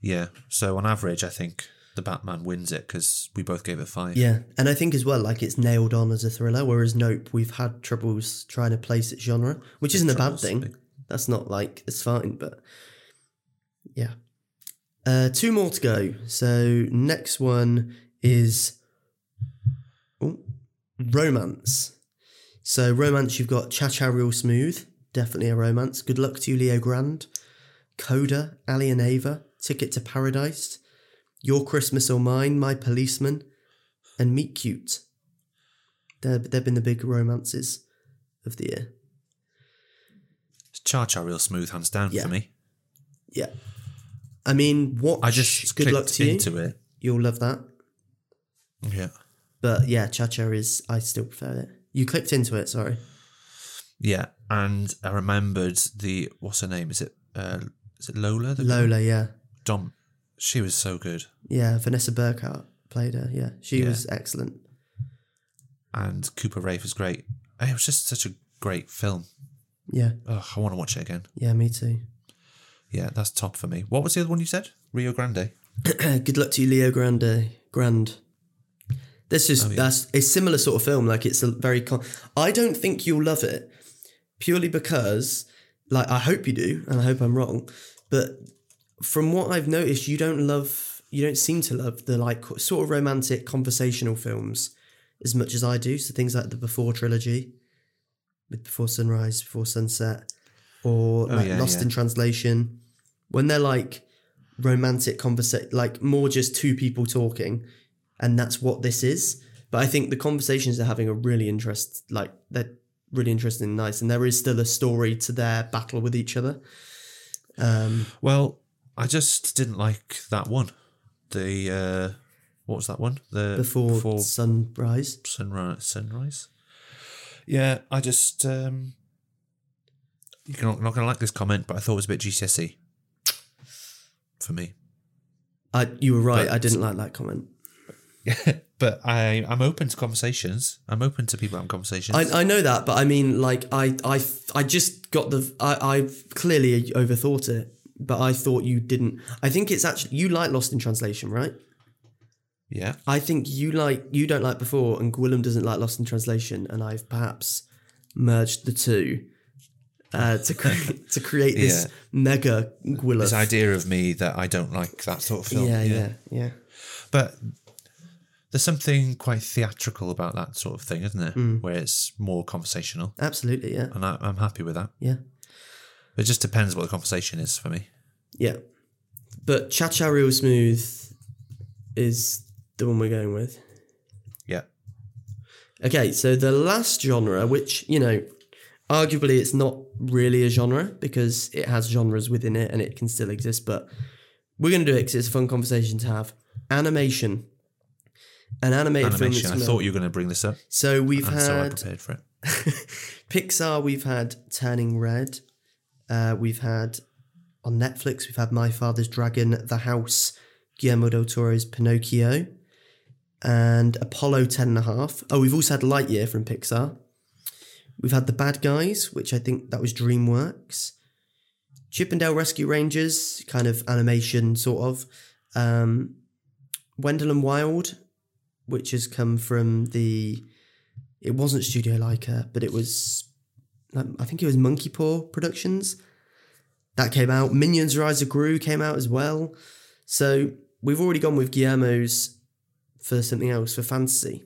Speaker 2: yeah. So on average, I think the Batman wins it because we both gave it five.
Speaker 1: Yeah, and I think as well, like it's nailed on as a thriller, whereas Nope, we've had troubles trying to place its genre, which isn't a bad
Speaker 2: troubles,
Speaker 1: thing.
Speaker 2: big.
Speaker 1: That's not like it's fine, but yeah. Uh, two more to go. So next one is oh, romance. So romance, you've got Cha Cha Real Smooth, definitely a romance. Good luck to you, Leo Grand. Coda, Ali and Ava, Ticket to Paradise, Your Christmas or Mine, My Policeman, and Meet Cute. They're, they've been the big romances of the year.
Speaker 2: Cha Cha real smooth, hands down
Speaker 1: Yeah.
Speaker 2: for me.
Speaker 1: Yeah. I mean, watch
Speaker 2: I just
Speaker 1: Good Luck
Speaker 2: clicked
Speaker 1: to You.
Speaker 2: into it.
Speaker 1: You'll love that.
Speaker 2: Yeah,
Speaker 1: But yeah, Cha Cha is, I still prefer it. You clicked into it, sorry.
Speaker 2: yeah. And I remembered the what's her name? Is it uh, is it Lola? The
Speaker 1: Lola, yeah.
Speaker 2: Dom. She was so good.
Speaker 1: Yeah, Vanessa Burkhart played her. Yeah, she
Speaker 2: Yeah.
Speaker 1: was excellent.
Speaker 2: and Cooper Rafe is great. It was just such a great film.
Speaker 1: Yeah,
Speaker 2: Ugh, I want to watch it again.
Speaker 1: yeah, me too. *clears throat*
Speaker 2: Yeah, that's top for me. What was the other one you said? Rio Grande.
Speaker 1: Good luck to you, Leo Grande. Grand. This
Speaker 2: Oh,
Speaker 1: is that's a similar sort of film. Like it's a very. Con- I don't think you'll love it, purely because, like, I hope you do, and I hope I'm wrong, but from what I've noticed, you don't love, you don't seem to love the like sort of romantic conversational films as much as I do. So things like the Before trilogy, with Before Sunrise, Before Sunset, or like
Speaker 2: Oh, yeah,
Speaker 1: Lost
Speaker 2: yeah.
Speaker 1: in Translation, when they're like romantic conversation, like more just two people talking, and that's what this is. But I think the conversations they're having are really interest, like they're really interesting and nice, and there is still a story to their battle with each other. Um,
Speaker 2: Well, I just didn't like that one. The uh, what was that one? The
Speaker 1: before, sunrise.
Speaker 2: sunrise. Sunrise. Yeah, I just um, you're not, not going to like this comment, but I thought it was a bit GCSE E for me.
Speaker 1: I, you were right.
Speaker 2: But-
Speaker 1: I didn't like that comment.
Speaker 2: but I, I'm open to conversations. I'm open to people having conversations.
Speaker 1: I, I know that, but I mean, like, I, I, I just got the. I, I've clearly overthought it, but I thought you didn't. I think it's actually you like Lost in Translation, right?
Speaker 2: yeah.
Speaker 1: I think you like you don't like before, and Gwillem doesn't like Lost in Translation, and I've perhaps merged the two uh, to cre-
Speaker 2: *laughs*
Speaker 1: to create this
Speaker 2: Yeah.
Speaker 1: mega Gwillem.
Speaker 2: this idea of me that I don't like that sort of film.
Speaker 1: yeah, yeah, yeah.
Speaker 2: But there's something quite theatrical about that sort of thing, isn't there?
Speaker 1: Mm.
Speaker 2: Where it's more conversational,
Speaker 1: Absolutely, yeah,
Speaker 2: and I, I'm happy with that.
Speaker 1: yeah.
Speaker 2: It just depends what the conversation is for me.
Speaker 1: Yeah. But Cha Cha Real Smooth is the one we're going with.
Speaker 2: Yeah,
Speaker 1: Okay, so the last genre, which, you know, arguably it's not really a genre because it has genres within it and it can still exist, but we're going to do it because it's a fun conversation to have. Animation. An animated
Speaker 2: animation.
Speaker 1: film.
Speaker 2: I
Speaker 1: that's come out.
Speaker 2: thought you were going to bring this up,
Speaker 1: so we've
Speaker 2: and so I
Speaker 1: had
Speaker 2: prepared for it.
Speaker 1: *laughs* Pixar, we've had Turning Red. Uh, we've had on Netflix, we've had My Father's Dragon, The House, Guillermo del Toro's Pinocchio, and Apollo 10 and a half. Oh, we've also had Lightyear from Pixar. We've had The Bad Guys, which I think that was DreamWorks. Chippendale Rescue Rangers, kind of animation, sort of. Um, Wendell and Wild, which has come from the it wasn't Studio Leica, but it was, um, I think it was Monkey Paw Productions. That came out. Minions Rise of Gru came out as well. So we've already gone with Guillermo's for something else, for fantasy,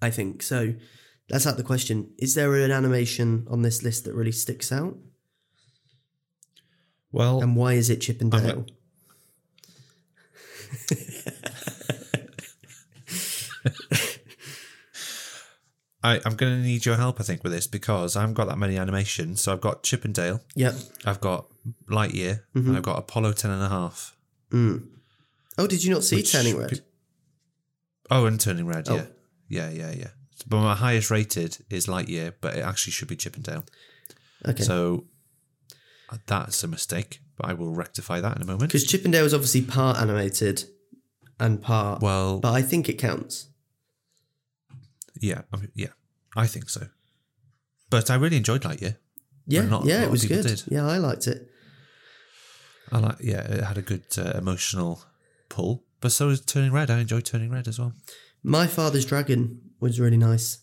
Speaker 1: I think. So let's out the question. Is there an animation on this list that really sticks out?
Speaker 2: Well,
Speaker 1: And why is it Chip and
Speaker 2: I'm-
Speaker 1: Dale?
Speaker 2: I, I'm going to need your help, I think, with this because I haven't got that many animations. So I've got Chippendale,
Speaker 1: Yep.
Speaker 2: I've got Lightyear,
Speaker 1: Mm-hmm.
Speaker 2: and I've got Apollo 10 and a half.
Speaker 1: Mm. Oh, did you not see
Speaker 2: Which
Speaker 1: Turning
Speaker 2: pe-
Speaker 1: Red?
Speaker 2: Oh, and Turning Red, yeah.
Speaker 1: Oh.
Speaker 2: Yeah, yeah, yeah. But my highest rated is Lightyear, but it actually should be Chippendale.
Speaker 1: Okay.
Speaker 2: So uh, that's a mistake, but I will rectify that in a moment.
Speaker 1: Because Chippendale was obviously part animated and part,
Speaker 2: Well,
Speaker 1: but I think it counts.
Speaker 2: yeah, I mean, yeah, I think so. But I really enjoyed Lightyear.
Speaker 1: Yeah,
Speaker 2: not a
Speaker 1: yeah,
Speaker 2: lot
Speaker 1: it
Speaker 2: of
Speaker 1: was
Speaker 2: people
Speaker 1: good.
Speaker 2: did.
Speaker 1: Yeah, I liked it.
Speaker 2: I like, yeah, it had a good uh, emotional pull. But so is Turning Red. I enjoyed Turning Red as well.
Speaker 1: My Father's Dragon was really nice.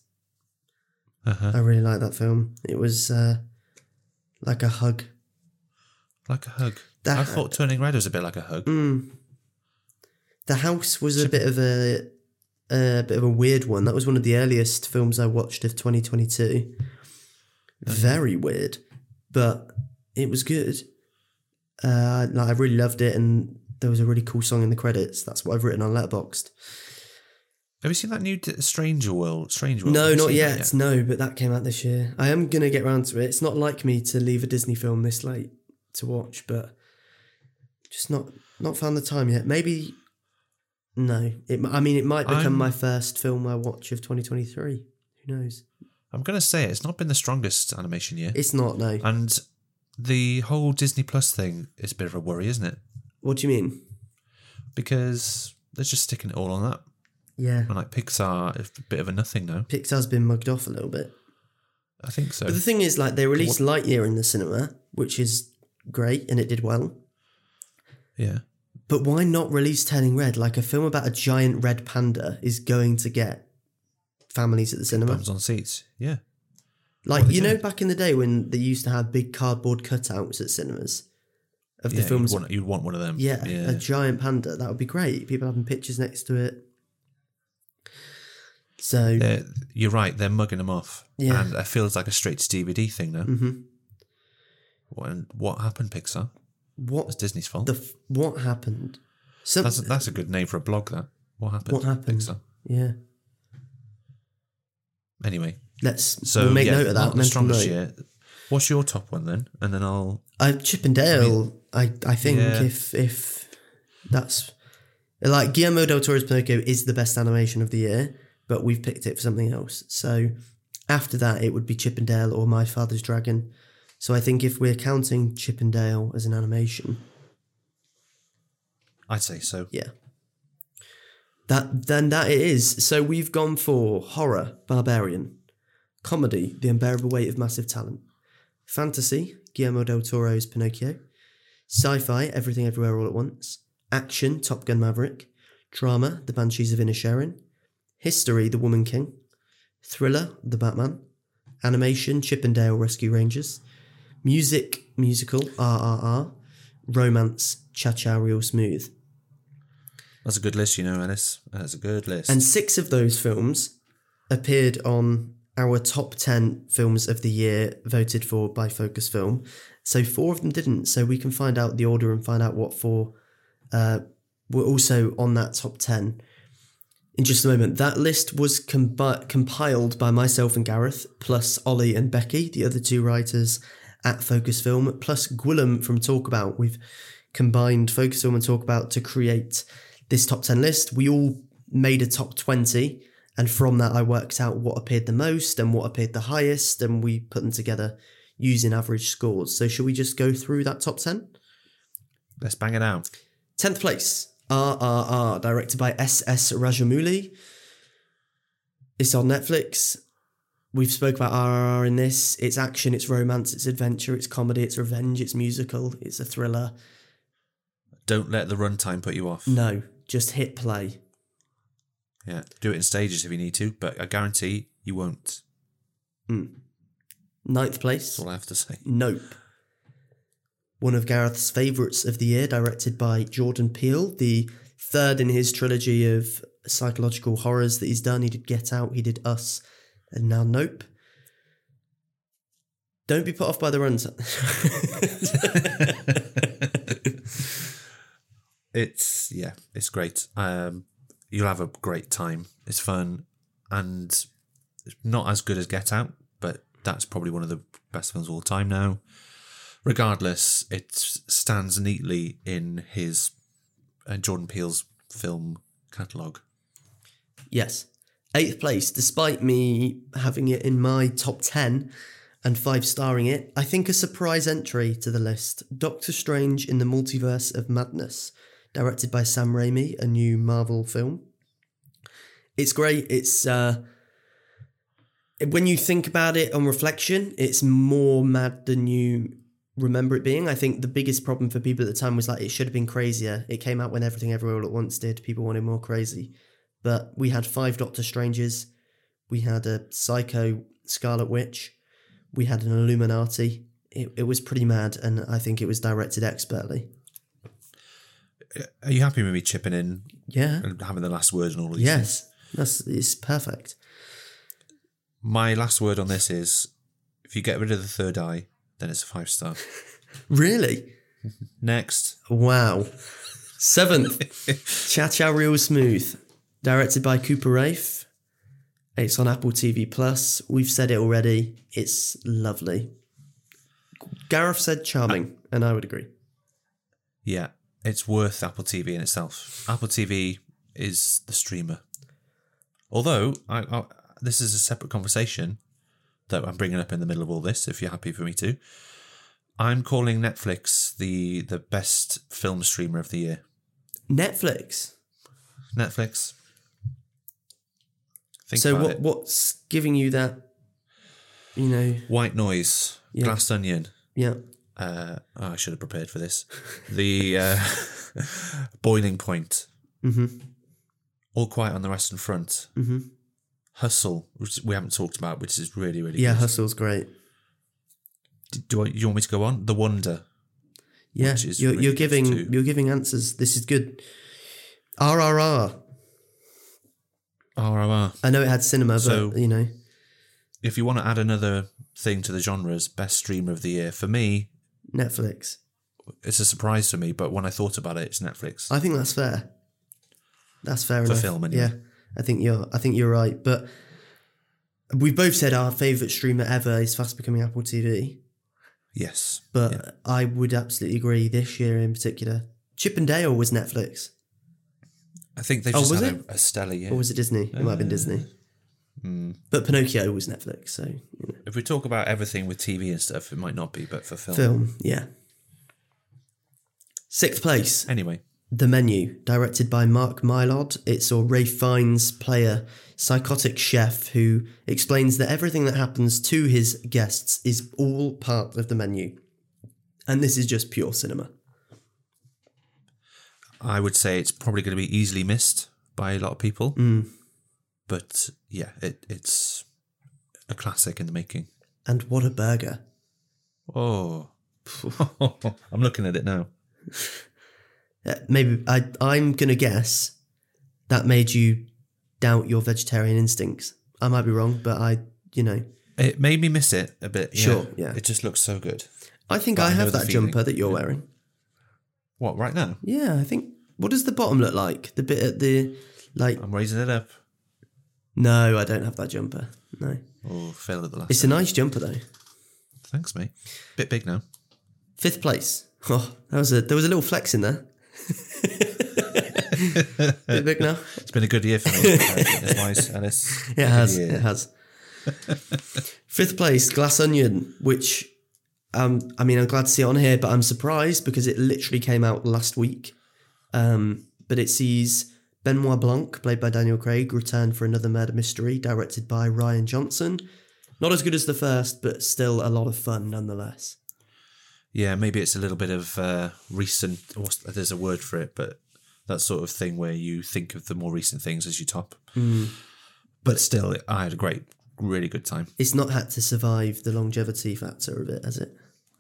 Speaker 2: Uh-huh.
Speaker 1: I really liked that film. It was uh, like a hug.
Speaker 2: Like a hug.
Speaker 1: That-
Speaker 2: I thought Turning Red was a bit like a hug.
Speaker 1: Mm. The House was a bit of a a bit of a weird one. That was one of the earliest films I watched of 2022. Very weird, but it was good. Uh, like I really loved it, and there was a really cool song in the credits. That's what I've written on Letterboxd.
Speaker 2: Have you seen that new D- Stranger World? Stranger World. Have
Speaker 1: no,
Speaker 2: you
Speaker 1: not
Speaker 2: seen that
Speaker 1: yet. No, but that came out this year. I am gonna get round to it. It's not like me to leave a Disney film this late to watch, but just not not found the time yet. Maybe no. It. m- I mean, it might become
Speaker 2: I'm-
Speaker 1: my first film I watch of 2023. Who knows?
Speaker 2: I'm gonna say it. it's not been the strongest animation year,
Speaker 1: It's not. No.
Speaker 2: and the whole Disney Plus thing is a bit of a worry, isn't it?
Speaker 1: What do you mean?
Speaker 2: Because they're just sticking it all on that,
Speaker 1: Yeah.
Speaker 2: and like Pixar is a bit of a nothing now.
Speaker 1: Pixar's been mugged off a little bit.
Speaker 2: I think so.
Speaker 1: But the thing is, like, they released Lightyear in the cinema, which is great, and it did well.
Speaker 2: yeah,
Speaker 1: But why not release Turning Red? Like a film about a giant red panda is going to get families at the cinema.
Speaker 2: bums on seats. Yeah,
Speaker 1: Like
Speaker 2: they
Speaker 1: you know,
Speaker 2: did.
Speaker 1: back in the day when they used to have big cardboard cutouts at cinemas of
Speaker 2: yeah.
Speaker 1: the films.
Speaker 2: You'd want, you'd want one of them.
Speaker 1: yeah,
Speaker 2: yeah.
Speaker 1: a giant panda that would be great. People having pictures next to it. So
Speaker 2: They're- you're right. They're mugging them off,
Speaker 1: Yeah.
Speaker 2: and it feels like a straight to DVD thing now.
Speaker 1: mhm.
Speaker 2: And what happened, Pixar? It's
Speaker 1: what
Speaker 2: Disney's fault.
Speaker 1: the f- what happened? Some,
Speaker 2: that's that's a good name for a blog. That what happened?
Speaker 1: What happened?
Speaker 2: Pixar.
Speaker 1: yeah,
Speaker 2: Anyway,
Speaker 1: let's
Speaker 2: So
Speaker 1: we'll make
Speaker 2: yeah,
Speaker 1: note of
Speaker 2: not
Speaker 1: that.
Speaker 2: The
Speaker 1: mental
Speaker 2: strongest
Speaker 1: note.
Speaker 2: year. What's your top one then? And then I'll.
Speaker 1: I Uh, Chip and Dale. I I think
Speaker 2: Yeah.
Speaker 1: if if that's like Guillermo del Toro's Pinocchio is the best animation of the year, but we've picked it for something else. So after that, it would be Chip and Dale or My Father's Dragon. So I think if we're counting Chip and Dale as an animation,
Speaker 2: I'd say so.
Speaker 1: yeah, that then that it is. So we've gone for horror, Barbarian, comedy, The Unbearable Weight of Massive Talent, fantasy, Guillermo del Toro's Pinocchio, sci-fi, Everything Everywhere All at Once, action, Top Gun Maverick, drama, The Banshees of Inisherin, history, The Woman King, thriller, The Batman, animation, Chip and Dale Rescue Rangers, music, musical, RRR, romance, Cha Cha Real Smooth.
Speaker 2: That's a good list, you know, Ennis. That's a good list.
Speaker 1: And six of those films appeared on our top 10 films of the year voted for by Focus Film. So four of them didn't. So we can find out the order and find out what four uh, were also on that top 10 in just a moment. That list was combi- compiled by myself and Gareth, plus Ollie and Becky, the other two writers at Focus Film, plus Gwillem from Talk About. We've combined Focus Film and Talk About to create this top 10 list. We all made a top 20, and from that, I worked out what appeared the most and what appeared the highest, and we put them together using average scores. So, should we just go through that top 10?
Speaker 2: Let's bang it out.
Speaker 1: 10th place, RRR, directed by S.S. Rajamouli. It's on Netflix. We've spoke about RRR in this. It's action, it's romance, it's adventure, it's comedy, it's revenge, it's musical, it's a thriller.
Speaker 2: Don't let the runtime put you off.
Speaker 1: No, just hit play.
Speaker 2: Yeah, do it in stages if you need to, but I guarantee you won't.
Speaker 1: Ninth place,
Speaker 2: That's all I have to say.
Speaker 1: Nope. One of Gareth's favourites of the year, directed by Jordan Peele, the third in his trilogy of psychological horrors that he's done. He did Get Out, he did Us, and now Nope. Don't be put off by the runs. *laughs*
Speaker 2: It's yeah, it's great. Um, you'll have a great time. It's fun, and it's not as good as Get Out, but that's probably one of the best films of all time now. Regardless, it stands neatly in his uh, Jordan Peele's film catalog.
Speaker 1: yes. Eighth place, despite me having it in my top 10 and five starring it, I think a surprise entry to the list Doctor Strange in the Multiverse of Madness, directed by Sam Raimi, a new Marvel film. It's great. It's uh, when you think about it on reflection, it's more mad than you remember it being. I think the biggest problem for people at the time was like it should have been crazier. It came out when everything everywhere all at once did. People wanted more crazy. But we had five Doctor Strangers, we had a psycho Scarlet Witch, we had an Illuminati. It, it was pretty mad, and I think it was directed expertly.
Speaker 2: Are you happy with me chipping in
Speaker 1: Yeah.
Speaker 2: and having the last word and all of these? things?
Speaker 1: Yes. That's it's perfect.
Speaker 2: My last word on this is if you get rid of the third eye, then it's a five star.
Speaker 1: Really?
Speaker 2: Next.
Speaker 1: Wow. Seventh, *laughs* Cha Cha Real Smooth, directed by Cooper Rafe. It's on Apple TV Plus. We've said it already. It's lovely. Gareth said charming, and I would agree.
Speaker 2: Yeah, it's worth Apple TV in itself. Apple TV is the streamer. Although, I, I, this is a separate conversation that I'm bringing up in the middle of all this, if you're happy for me to. I'm calling Netflix the, the best film streamer of the year.
Speaker 1: Netflix.
Speaker 2: Netflix. Think
Speaker 1: so
Speaker 2: about
Speaker 1: what
Speaker 2: it.
Speaker 1: what's giving you that? You know,
Speaker 2: White Noise,
Speaker 1: Yeah.
Speaker 2: Glass Onion.
Speaker 1: yeah.
Speaker 2: Uh, oh, I should have prepared for this. The uh, *laughs* Boiling Point,
Speaker 1: hmm
Speaker 2: All Quiet on the Western Front,
Speaker 1: hmm
Speaker 2: Hustle, which we haven't talked about, which is really really
Speaker 1: Yeah,
Speaker 2: good.
Speaker 1: Hustle's great.
Speaker 2: D- Do I, you want me to go on? The Wonder.
Speaker 1: Yeah,
Speaker 2: Which is
Speaker 1: you're, you're
Speaker 2: ridiculous
Speaker 1: giving
Speaker 2: too.
Speaker 1: you're giving answers. This is good. RRR.
Speaker 2: RRR.
Speaker 1: I know it had cinema,
Speaker 2: So-
Speaker 1: but you know,
Speaker 2: If you want to add another thing to the genres, best streamer of the year for me,
Speaker 1: Netflix.
Speaker 2: it's a surprise for me. But when I thought about it, it's Netflix.
Speaker 1: I think that's fair. That's fair
Speaker 2: For
Speaker 1: enough.
Speaker 2: film, anyway.
Speaker 1: Yeah, I think you're. I think you're right. But we've both said our favorite streamer ever is fast becoming Apple TV.
Speaker 2: yes,
Speaker 1: But I would absolutely agree. This year in particular, Chip and Dale was Netflix,
Speaker 2: I think they've
Speaker 1: Oh,
Speaker 2: just
Speaker 1: was
Speaker 2: had a, a stellar year.
Speaker 1: or was it Disney? It might have been Disney. But Pinocchio was Netflix. So you know,
Speaker 2: if we talk about everything with TV and stuff, it might not be, but for film,
Speaker 1: film, yeah. Sixth place,
Speaker 2: anyway.
Speaker 1: The Menu, directed by Mark Mylod. It's or Ray Fiennes' player, psychotic chef, who explains that everything that happens to his guests is all part of the menu. And this is just pure cinema.
Speaker 2: I would say it's probably going to be easily missed by a lot of people.
Speaker 1: Mm.
Speaker 2: But yeah, it, it's a classic in the making.
Speaker 1: And what a burger.
Speaker 2: Oh, *laughs* I'm looking at it now.
Speaker 1: Uh, maybe I, I'm going to guess that made you doubt your vegetarian instincts. I might be wrong, but I, you know,
Speaker 2: It made me miss it a bit. yeah.
Speaker 1: Sure, yeah.
Speaker 2: It just looks so good.
Speaker 1: I think
Speaker 2: But
Speaker 1: I
Speaker 2: I know
Speaker 1: have
Speaker 2: the
Speaker 1: that
Speaker 2: feeling.
Speaker 1: jumper that you're wearing.
Speaker 2: What, right now?
Speaker 1: Yeah, I think. What does the bottom look like? The bit at the, like,
Speaker 2: I'm raising it up.
Speaker 1: no, I don't have that jumper. No.
Speaker 2: Oh, failed at the last.
Speaker 1: It's a nice jumper though.
Speaker 2: Thanks, mate. Bit big now.
Speaker 1: Fifth place. Oh, that was a there was a little flex in there. *laughs* Bit big now.
Speaker 2: It's been a good year
Speaker 1: *laughs*
Speaker 2: for me, fitness wise, Ellis.
Speaker 1: It has.
Speaker 2: Good year.
Speaker 1: It has. Fifth place, Glass Onion, which um, I mean, I'm glad to see it on here, but I'm surprised because it literally came out last week. Um, but it sees Benoit Blanc, played by Daniel Craig, return for another murder mystery directed by Ryan Johnson. Not as good as the first, but still a lot of fun nonetheless.
Speaker 2: Yeah, maybe it's a little bit of uh, recent. What's, there's a word for it, but that sort of thing where you think of the more recent things as you top. But still, I had a great, really good time.
Speaker 1: It's not had to survive the longevity factor of it, has it?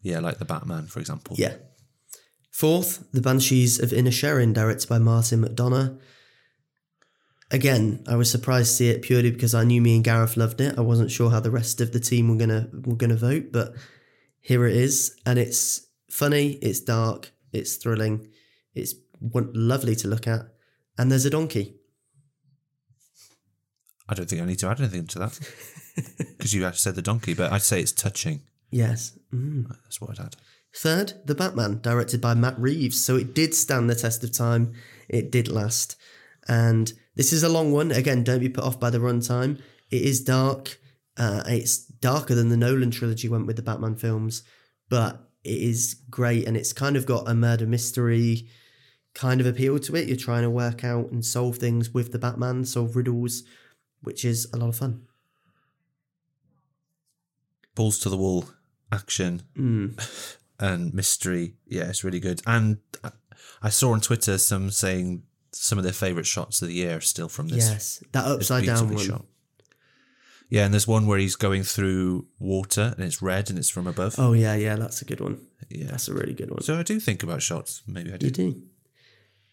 Speaker 2: Yeah, like the Batman, for example.
Speaker 1: Yeah. Fourth, The Banshees of Inisherin, directed by Martin McDonough. Again, I was surprised to see it purely because I knew me and Gareth loved it. I wasn't sure how the rest of the team were gonna were gonna vote, but here it is, and it's funny, it's dark, it's thrilling, it's won- lovely to look at, and there's a donkey.
Speaker 2: I don't think I need to add anything to that because you actually said the donkey, but I'd say it's touching.
Speaker 1: Yes. Mm.
Speaker 2: That's what I'd add.
Speaker 1: Third, The Batman, directed by Matt Reeves. So it did stand the test of time. It did last. And this is a long one. Again, don't be put off by the runtime. It is dark. Uh, it's darker than the Nolan trilogy went with the Batman films, but it is great. And it's kind of got a murder mystery kind of appeal to it. You're trying to work out and solve things with the Batman, solve riddles, which is a lot of fun.
Speaker 2: Balls to the wall, action
Speaker 1: Mm.
Speaker 2: and mystery. Yeah, it's really good. And I- I saw on Twitter some saying some of their favorite shots of the year are still from this.
Speaker 1: Yes, that
Speaker 2: this
Speaker 1: upside down
Speaker 2: beautifully
Speaker 1: one.
Speaker 2: shot. Yeah, and there's one where he's going through water and it's red and it's from above.
Speaker 1: Oh yeah, yeah, that's a good one.
Speaker 2: yeah.
Speaker 1: That's a really good one.
Speaker 2: So I do think about shots. Maybe I do.
Speaker 1: You do.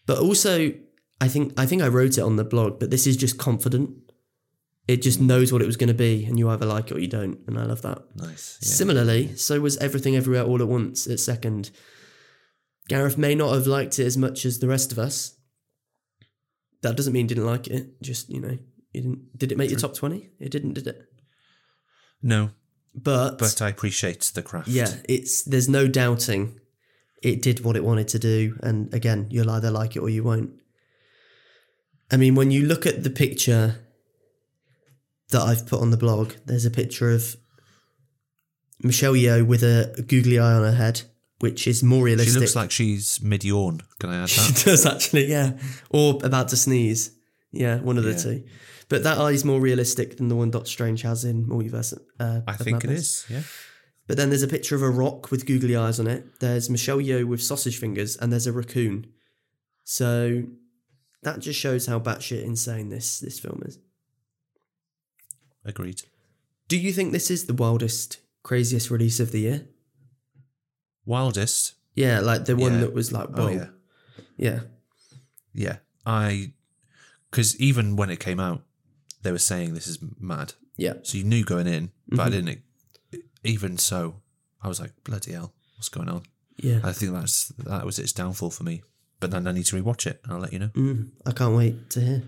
Speaker 1: But also, I think I think I wrote it on the blog, but this is just confident. It just knows what it was going to be, and you either like it or you don't, and I love that.
Speaker 2: Nice. Yeah.
Speaker 1: Similarly, so was Everything Everywhere All at Once at second. Gareth may not have liked it as much as the rest of us. That doesn't mean he didn't like it. Just you know, you didn't. Did it make your top twenty? It didn't, did it?
Speaker 2: no, but I appreciate the craft.
Speaker 1: Yeah, it's there's no doubting it did what it wanted to do, and again, you'll either like it or you won't. I mean, when you look at the picture that I've put on the blog, there's a picture of Michelle Yeoh with a googly eye on her head, which is more
Speaker 2: She
Speaker 1: realistic.
Speaker 2: looks like she's mid yawn. Can I
Speaker 1: *laughs*
Speaker 2: add
Speaker 1: She
Speaker 2: that?
Speaker 1: does actually, yeah. Or about to sneeze. Yeah, one of the
Speaker 2: Yeah.
Speaker 1: two. But that eye's more realistic than the one Doctor Strange has in Multiverse. Uh,
Speaker 2: I
Speaker 1: of
Speaker 2: think it
Speaker 1: Madness.
Speaker 2: is. Yeah.
Speaker 1: But then there's a picture of a rock with googly eyes on it. There's Michelle Yeoh with sausage fingers, and there's a raccoon. So that just shows how batshit insane this this film is.
Speaker 2: Agreed.
Speaker 1: Do you think this is the wildest, craziest release of the year?
Speaker 2: Wildest.
Speaker 1: Yeah, like the one
Speaker 2: Yeah.
Speaker 1: that was like, whoa,
Speaker 2: Oh,
Speaker 1: yeah.
Speaker 2: yeah.
Speaker 1: yeah,
Speaker 2: Yeah. I, because even when it came out, they were saying this is mad.
Speaker 1: yeah,
Speaker 2: So you knew going in, but I
Speaker 1: Mhm.
Speaker 2: didn't. e-, Even so, I was like, bloody hell, what's going on? I think that's that was its downfall for me. But then I need to rewatch it, and I'll let you know.
Speaker 1: Mm, I can't wait to hear.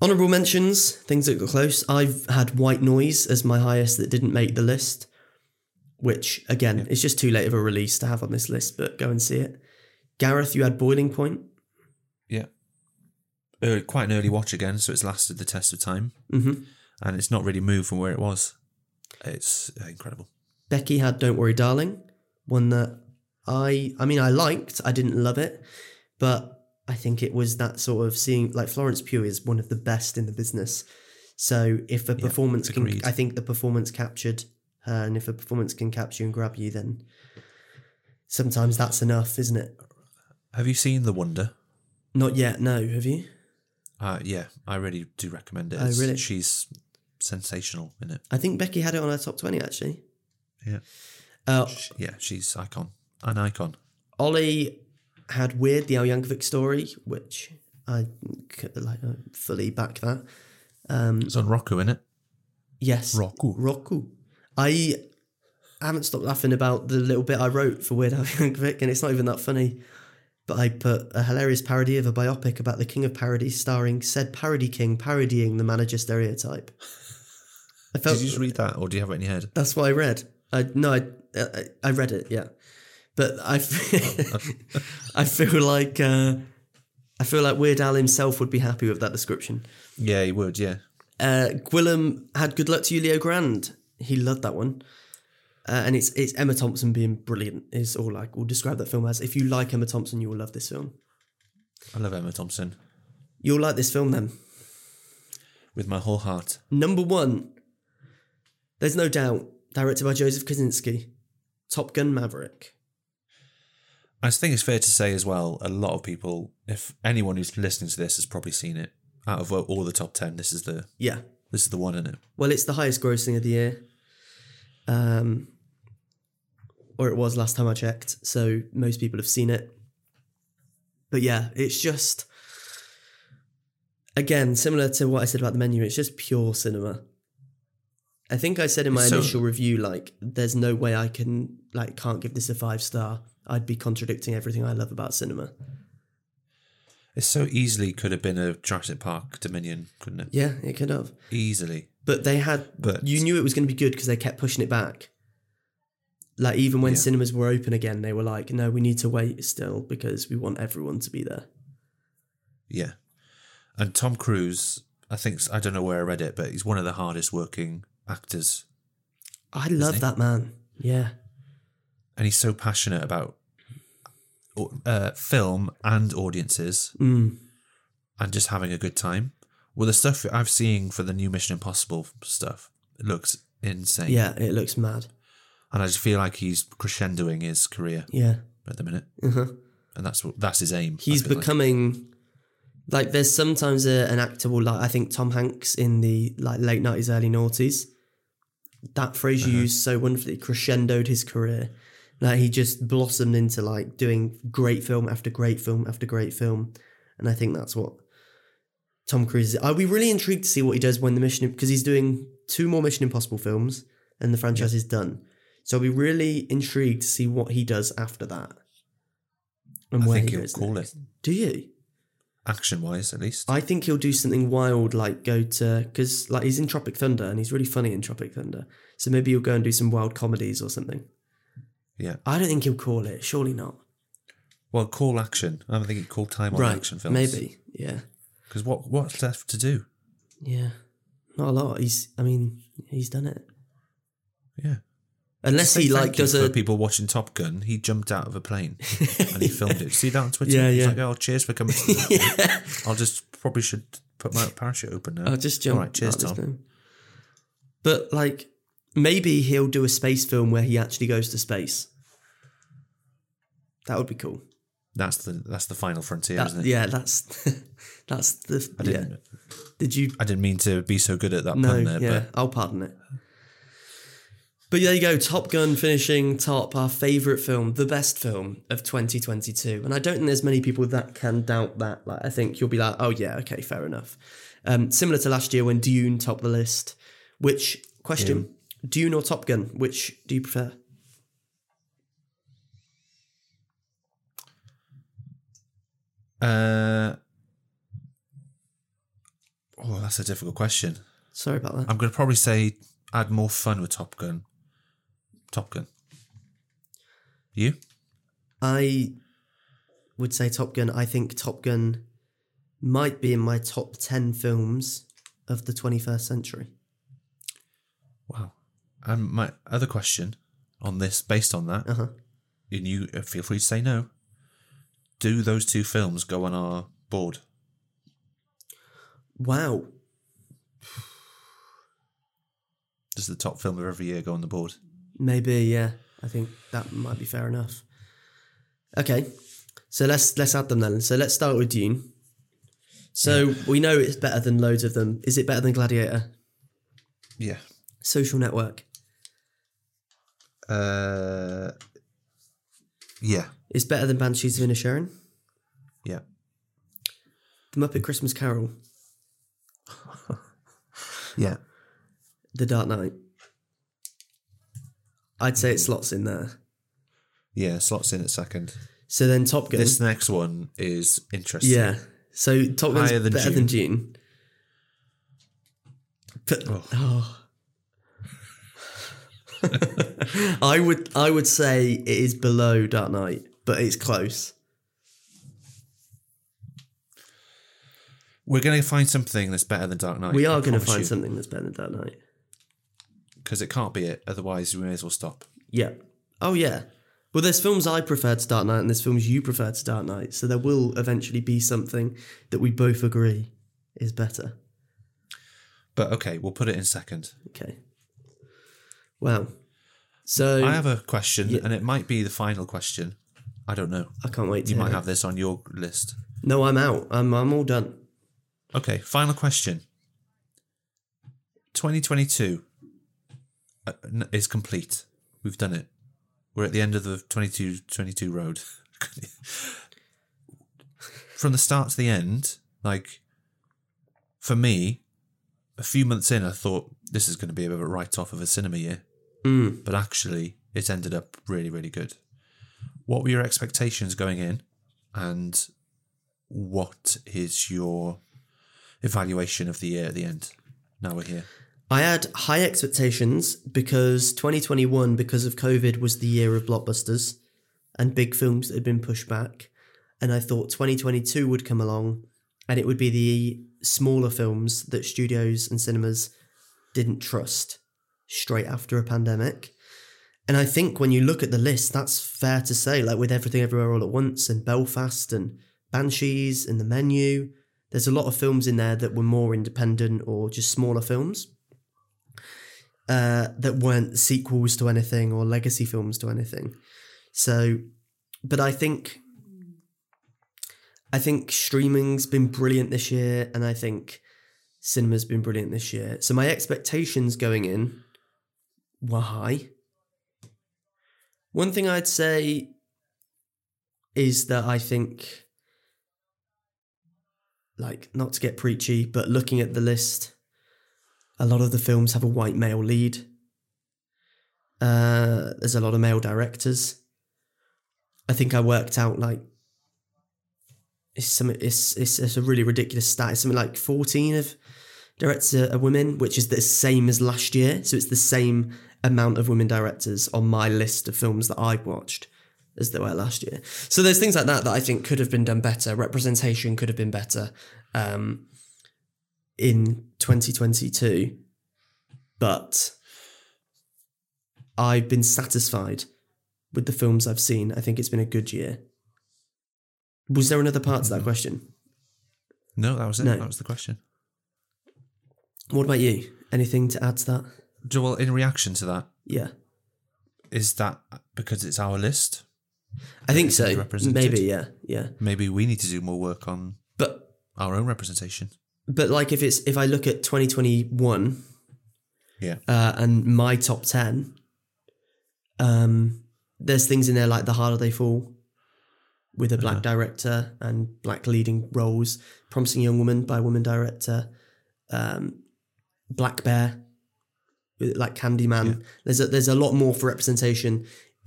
Speaker 1: Honorable mentions, things that got close. I've had White Noise as my highest that didn't make the list, which again, it's just too late of a release to have on this list, but go and see it. Gareth, you had Boiling Point.
Speaker 2: Yeah. Uh, quite an early watch again, so it's lasted the test of time,
Speaker 1: hmm
Speaker 2: and it's not really moved from where it was. It's uh, incredible.
Speaker 1: Becky had Don't Worry Darling, one that I I mean I liked, I didn't love it, but I think it was that sort of seeing like Florence Pugh is one of the best in the business. So if a
Speaker 2: Yeah,
Speaker 1: performance can
Speaker 2: agreed.
Speaker 1: I think the performance captured her and if a performance can capture you and grab you then sometimes that's enough, isn't it?
Speaker 2: Have you seen The Wonder?
Speaker 1: Not yet, no, have you?
Speaker 2: Uh, yeah, I really do recommend it.
Speaker 1: Oh,
Speaker 2: It's-
Speaker 1: really?
Speaker 2: She's sensational in it.
Speaker 1: I think Becky had it on her top 20 actually.
Speaker 2: Yeah.
Speaker 1: Uh,
Speaker 2: Sh- yeah, she's icon, an icon.
Speaker 1: Ollie had Weird, the Al Yankovic story, which I c- like uh, fully back that. Um,
Speaker 2: It's on Roku, innit?
Speaker 1: yes,
Speaker 2: Roku.
Speaker 1: Roku. I haven't stopped laughing about the little bit I wrote for Weird Al *laughs* Yankovic, and it's not even that funny. But I put a hilarious parody of a biopic about the king of parody, starring said parody king parodying the manager stereotype. I felt
Speaker 2: Did you just read that, or do you have it in your head?
Speaker 1: that's what I read. I no, I I, I read it. Yeah, but I f- *laughs* I feel like uh, I feel like Weird Al himself would be happy with that description.
Speaker 2: Yeah, you would. Yeah,
Speaker 1: Uh, Gwillem had good luck to you, Leo Grand. He loved that one. Uh, and it's it's Emma Thompson being brilliant is all like we'll describe that film as. If you like Emma Thompson, you will love this film.
Speaker 2: I love Emma Thompson
Speaker 1: You'll like this film then.
Speaker 2: with my whole heart.
Speaker 1: Number one, there's no doubt, directed by Joseph Kaczynski, Top Gun Maverick.
Speaker 2: I think it's fair to say as well, a lot of people, if anyone who's listening to this has probably seen it. Out of all the top ten, this is the
Speaker 1: Yeah,
Speaker 2: this is the one in it.
Speaker 1: Well, it's the highest grossing of the year. Um, or it was last time I checked. So most people have seen it. But yeah, it's just, again, similar to what I said about the menu, it's just pure cinema. I think I said in my
Speaker 2: So-
Speaker 1: initial review, like, there's no way I can, like, can't give this a five star. I'd be contradicting everything I love about cinema.
Speaker 2: It so easily could have been a Jurassic Park Dominion, couldn't it?
Speaker 1: Yeah, it could have.
Speaker 2: Easily.
Speaker 1: But they had,
Speaker 2: But-
Speaker 1: you knew it was going to be good because they kept pushing it back. Like even when
Speaker 2: Yeah.
Speaker 1: cinemas were open again, they were like, "No, we need to wait still because we want everyone to be there."
Speaker 2: Yeah. And Tom Cruise, I think I don't know where I read it, but he's one of the hardest working actors,
Speaker 1: I love
Speaker 2: he?
Speaker 1: that man. Yeah,
Speaker 2: and he's so passionate about uh, film and audiences
Speaker 1: Mm.
Speaker 2: and just having a good time. Well, the stuff I've seen for the new Mission Impossible stuff looks insane.
Speaker 1: Yeah, it looks mad.
Speaker 2: and I just feel like he's crescendoing his career
Speaker 1: Yeah.
Speaker 2: at the minute,
Speaker 1: Uh-huh.
Speaker 2: and that's what that's his aim. I
Speaker 1: He's
Speaker 2: feel like.
Speaker 1: becoming like, there's sometimes a, an actor will like I think Tom Hanks in the like late nineties, early noughties. That phrase
Speaker 2: Uh-huh.
Speaker 1: you used so wonderfully crescendoed his career. Like he just blossomed into like doing great film after great film after great film. And I think that's what Tom Cruise is. I'll be really intrigued to see what he does when the mission because he's doing two more Mission Impossible films and the franchise is done. So I'll be really intrigued to see what he does after that. And
Speaker 2: I
Speaker 1: where
Speaker 2: think
Speaker 1: he
Speaker 2: he'll
Speaker 1: goes
Speaker 2: call
Speaker 1: next.
Speaker 2: it
Speaker 1: Do you?
Speaker 2: action wise, at least.
Speaker 1: I think he'll do something wild, like go to because like he's in Tropic Thunder and he's really funny in Tropic Thunder. So maybe he'll go and do some wild comedies or something.
Speaker 2: yeah.
Speaker 1: I don't think he'll call it. Surely not.
Speaker 2: Well, call action. I don't think he'd call time on
Speaker 1: right?
Speaker 2: action films.
Speaker 1: Maybe. Yeah.
Speaker 2: because what what's left to do?
Speaker 1: Yeah. Not a lot. He's. I mean, he's done it.
Speaker 2: Yeah.
Speaker 1: Unless
Speaker 2: Say
Speaker 1: he
Speaker 2: thank
Speaker 1: like
Speaker 2: you
Speaker 1: does
Speaker 2: for
Speaker 1: a.
Speaker 2: people watching Top Gun. He jumped out of
Speaker 1: *laughs*
Speaker 2: a plane and he filmed it. See that on Twitter?
Speaker 1: Yeah,
Speaker 2: He's
Speaker 1: yeah.
Speaker 2: like, oh, cheers for
Speaker 1: *laughs*
Speaker 2: coming. to the-
Speaker 1: yeah.
Speaker 2: I'll just probably should put my parachute open now.
Speaker 1: I'll just jump.
Speaker 2: All right, cheers,
Speaker 1: out this
Speaker 2: Tom.
Speaker 1: thing. But like, maybe he'll do a space film where he actually goes to space. That would be cool.
Speaker 2: That's the that's the final frontier,
Speaker 1: That-
Speaker 2: isn't it?
Speaker 1: yeah, that's *laughs* that's the.
Speaker 2: I
Speaker 1: yeah.
Speaker 2: didn't
Speaker 1: Did you?
Speaker 2: I didn't mean to be so good at that
Speaker 1: No.
Speaker 2: pun there,
Speaker 1: yeah, I'll pardon it. But there you go, Top Gun finishing top, our favourite film, the best film of 2022. And I don't think there's many people that can doubt that. Like, I think you'll be like, oh, yeah, okay, fair enough. Um, similar to last year when Dune topped the list. Which, question, Dune or Top Gun, which do you prefer?
Speaker 2: but uh, oh, that's a difficult question.
Speaker 1: Sorry about that.
Speaker 2: I'm gonna probably say I had more fun with Top Gun. Top Gun. You?
Speaker 1: I would say Top Gun. I think Top Gun might be in my top 10 films of the 21st century.
Speaker 2: Wow. And my other question on this, based on that,
Speaker 1: Uh huh.
Speaker 2: and you uh, feel free to say no. Do those two films go on our board?
Speaker 1: Wow.
Speaker 2: Does the top film of every year go on the board?
Speaker 1: Maybe, yeah. I think that might be fair enough. Okay. So let's let's add them then. So let's start with Dune. So we know it's better than loads of them. Is it better than Gladiator?
Speaker 2: Yeah.
Speaker 1: Social network.
Speaker 2: Uh. Yeah.
Speaker 1: It's better than Banshees of Inisherin.
Speaker 2: Yeah.
Speaker 1: The Muppet Christmas Carol.
Speaker 2: Yeah.
Speaker 1: The Dark Knight. I'd say it slots in there.
Speaker 2: Yeah. Slots in at second.
Speaker 1: So then Top Gun.
Speaker 2: This next one is interesting.
Speaker 1: yeah. So Top Gun's
Speaker 2: Higher than
Speaker 1: better than Dune. But,
Speaker 2: Oh.
Speaker 1: oh. *laughs* I would I would say it is below Dark Knight, but it's close.
Speaker 2: We're going to find something that's better than Dark Knight.
Speaker 1: we are going to find something that's better than Dark Knight.
Speaker 2: Because it can't be it. Otherwise, we may as well stop.
Speaker 1: Yeah. Oh yeah. Well, there's films I prefer to Dark Knight, and there's films you prefer to Dark Knight. So there will eventually be something that we both agree is better.
Speaker 2: But okay, we'll put it in second.
Speaker 1: Okay. Wow. So
Speaker 2: I
Speaker 1: I,
Speaker 2: have a question, and it might be the final question. I don't know.
Speaker 1: can't wait to.
Speaker 2: You
Speaker 1: hear
Speaker 2: might
Speaker 1: it.
Speaker 2: have this on your list.
Speaker 1: No, I'm out. I'm I'm all done.
Speaker 2: Okay, final question. 2022 uh, n- is complete. We've done it. We're at the end of the 22 22 road. *laughs* From the start to the end, like for me, a few months in, I thought this is going to be a bit of a write off of a cinema year,
Speaker 1: Mm.
Speaker 2: but actually, it's ended up really, really good. What were your expectations going in, and what is your evaluation of the year at the end. Now we're here.
Speaker 1: I had high expectations because 2021, because of COVID, was the year of blockbusters and big films that had been pushed back. And I thought 2022 would come along and it would be the smaller films that studios and cinemas didn't trust straight after a pandemic. And I think when you look at the list, that's fair to say, like with Everything Everywhere All at Once and Belfast and Banshees and The Menu, there's a lot of films in there that were more independent or just smaller films uh, that weren't sequels to anything or legacy films to anything. So, but I think. I think streaming's been brilliant this year, and I think cinema's been brilliant this year. So my expectations going in were high. One thing I'd say is that I think, like, not to get preachy, but looking at the list, a lot of the films have a white male lead. Uh, there's a lot of male directors. I think I worked out like it's some it's, it's it's a really ridiculous stat. It's something like fourteen of directors are, are women, which is the same as last year. So it's the same amount of women directors on my list of films that I watched as there were last year. So there's things like that that I think could have been done better. Representation could have been better um, in 2022, but I've been satisfied with the films I've seen. I think it's been a good year. Was there another part to that question?
Speaker 2: No, that was it.
Speaker 1: No.
Speaker 2: That was the question.
Speaker 1: What about you? Anything to add to that?
Speaker 2: Joel, in reaction to that,
Speaker 1: Yeah.
Speaker 2: is that because it's our list?
Speaker 1: I think
Speaker 2: Is it
Speaker 1: so.
Speaker 2: represented?
Speaker 1: Maybe, yeah. Yeah.
Speaker 2: Maybe we need to do more work on
Speaker 1: But
Speaker 2: our own representation.
Speaker 1: but like if it's if I look at 2021
Speaker 2: Yeah.
Speaker 1: uh, and my top 10 um there's things in there like The Harder They Fall with a black director and black leading roles Promising Young Woman by a woman director um Black Bear with, like Candyman there's a, there's a lot more for representation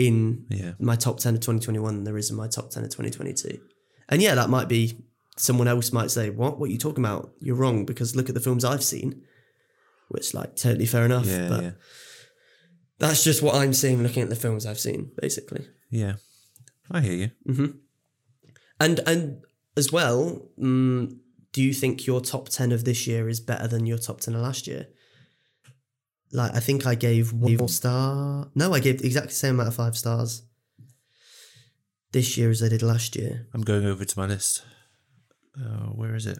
Speaker 1: in
Speaker 2: Yeah.
Speaker 1: my top 10 of 2021 than there is in my top 10 of 2022. And yeah, that might be someone else might say, What? What are you talking about? You're wrong because look at the films I've seen, which, like, totally fair enough.
Speaker 2: Yeah.
Speaker 1: but
Speaker 2: Yeah.
Speaker 1: that's just what I'm seeing looking at the films I've seen, basically.
Speaker 2: Yeah. I hear you.
Speaker 1: And, and as well, mm, do you think your top 10 of this year is better than your top 10 of last year? Like, I think I gave one star. No, I gave the exact same amount of five stars this year as I did last year.
Speaker 2: I'm going over to my list. Uh, where is it?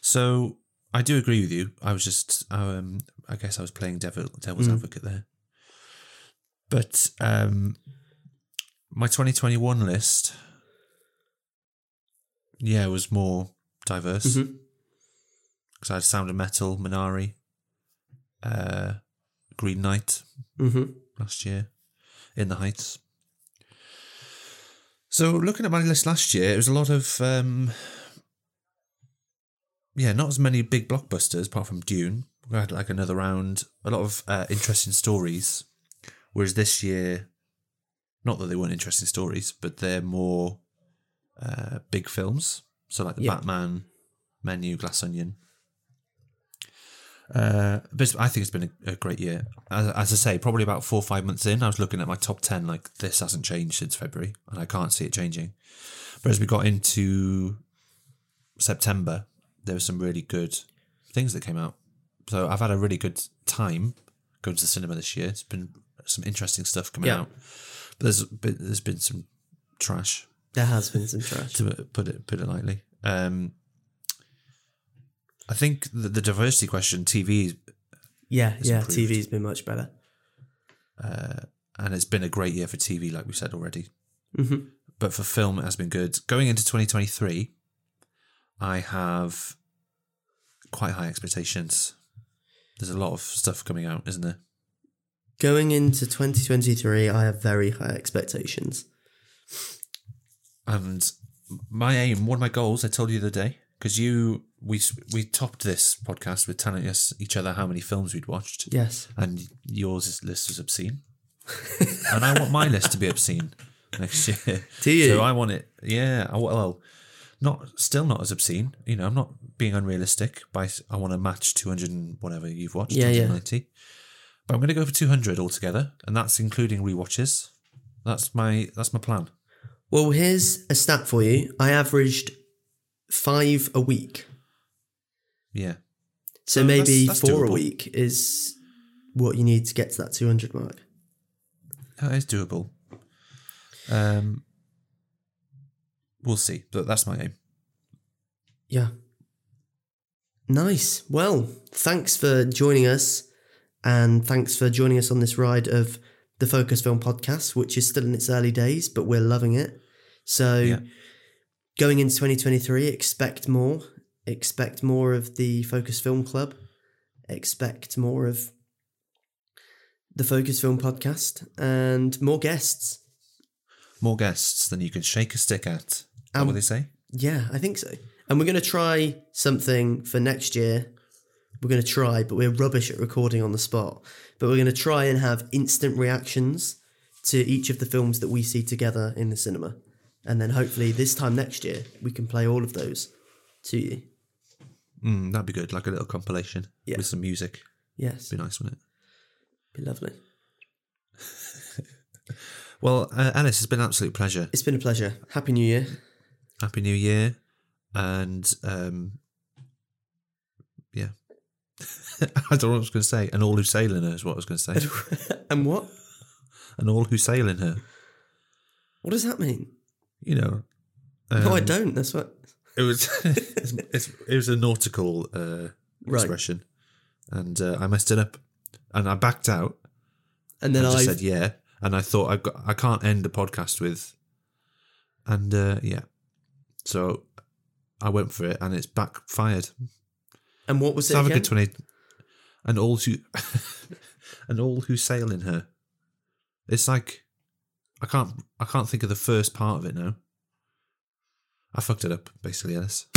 Speaker 2: So I do agree with you. I was just, um, I guess I was playing devil, devil's
Speaker 1: Mm.
Speaker 2: advocate there. But um, my 2021 list, yeah, was more diverse because
Speaker 1: Mhm.
Speaker 2: I had Sound of Metal, Minari, uh, Green Knight,
Speaker 1: Mm-hmm.
Speaker 2: last year in the Heights. So looking at my list last year, it was a lot of um, yeah, not as many big blockbusters apart from Dune. We had like another round, a lot of uh, interesting stories. Whereas this year, not that they weren't interesting stories, but they're more uh, big films. So like the
Speaker 1: Yeah.
Speaker 2: Batman, Menu, Glass Onion. Uh, but I think it's been a, a great year. As, as I say, probably about four or five months in, I was looking at my top 10, like this hasn't changed since February, and I can't see it changing. But as we got into September, there were some really good things that came out. So I've had a really good time going to the cinema this year. It's been some interesting stuff coming
Speaker 1: Yeah.
Speaker 2: out, but there's been, there's been some trash
Speaker 1: There has been some trash.
Speaker 2: to put it put it lightly. Um, I think the, the diversity question, TV,
Speaker 1: Yeah, yeah.
Speaker 2: improved.
Speaker 1: TV's been much better.
Speaker 2: and it's been a great year for TV, like we said already.
Speaker 1: Mhm.
Speaker 2: But for film, it has been good. Going into 2023, I have quite high expectations. There's a lot of stuff coming out, isn't there?
Speaker 1: Going into 2023, I have very high expectations.
Speaker 2: And my aim, one of my goals, I told you the other day, because you we we topped this podcast with telling us each other how many films we'd watched.
Speaker 1: Yes.
Speaker 2: and yours is- list was obscene. and I want my list to be obscene next year.
Speaker 1: *laughs* Do you?
Speaker 2: So I want it. Yeah. I, well, not still not as obscene. You know, I'm not being unrealistic. By s- I want to match 200 and whatever you've watched.
Speaker 1: Yeah, yeah.
Speaker 2: 290. But I'm going to go for 200 altogether, and that's including rewatches. That's my that's my plan.
Speaker 1: Well, here's a stat for you. I averaged five a week.
Speaker 2: Yeah.
Speaker 1: So
Speaker 2: Oh, that's-
Speaker 1: maybe
Speaker 2: that's
Speaker 1: four a
Speaker 2: doable.
Speaker 1: week is what you need to get to that 200 mark.
Speaker 2: that is doable. Um, we'll see, but that's my aim.
Speaker 1: Yeah. Nice. Well, thanks for joining us. And thanks for joining us on this ride of the Focus Film podcast, which is still in its early days, but we're loving it. So
Speaker 2: Yeah.
Speaker 1: going into 2023, expect more. Expect more of the Focus Film Club. Expect more of the Focus Film podcast and more guests.
Speaker 2: More guests than you can shake a stick at. Is that
Speaker 1: Um,
Speaker 2: what they say?
Speaker 1: Yeah, I think so. And we're going to try something for next year. We're going to try, but we're rubbish at recording on the spot. But we're going to try and have instant reactions to each of the films that we see together in the cinema. And then hopefully this time next year, we can play all of those to you.
Speaker 2: Mm, that'd be good, like a little compilation
Speaker 1: Yeah.
Speaker 2: with some music.
Speaker 1: Yes,
Speaker 2: Be nice, wouldn't it?
Speaker 1: be lovely.
Speaker 2: Well, uh, Alice, it's been an absolute pleasure.
Speaker 1: It's been a pleasure. Happy New Year. *laughs*
Speaker 2: Happy New Year, and um, yeah, *laughs* I don't know what I was going to say. And all who sail in her is what I was going
Speaker 1: *laughs*
Speaker 2: to say.
Speaker 1: and what?
Speaker 2: and all who sail in her,
Speaker 1: What does that mean?
Speaker 2: you know.
Speaker 1: no, I
Speaker 2: um,
Speaker 1: don't. That's what. *laughs*
Speaker 2: It was *laughs* it's, it's, it was a nautical uh,
Speaker 1: Right.
Speaker 2: expression, and uh, I messed it up, and I backed out.
Speaker 1: And then
Speaker 2: I just
Speaker 1: I
Speaker 2: said yeah, and I thought I got I can't end the podcast with, and uh, yeah, so I went for it, and it's backfired.
Speaker 1: And what was it?
Speaker 2: So have a
Speaker 1: again?
Speaker 2: good twenty, and all who, *laughs* and all who sail in her. It's like, I can't I can't think of the first part of it now. I fucked it up basically, Alice.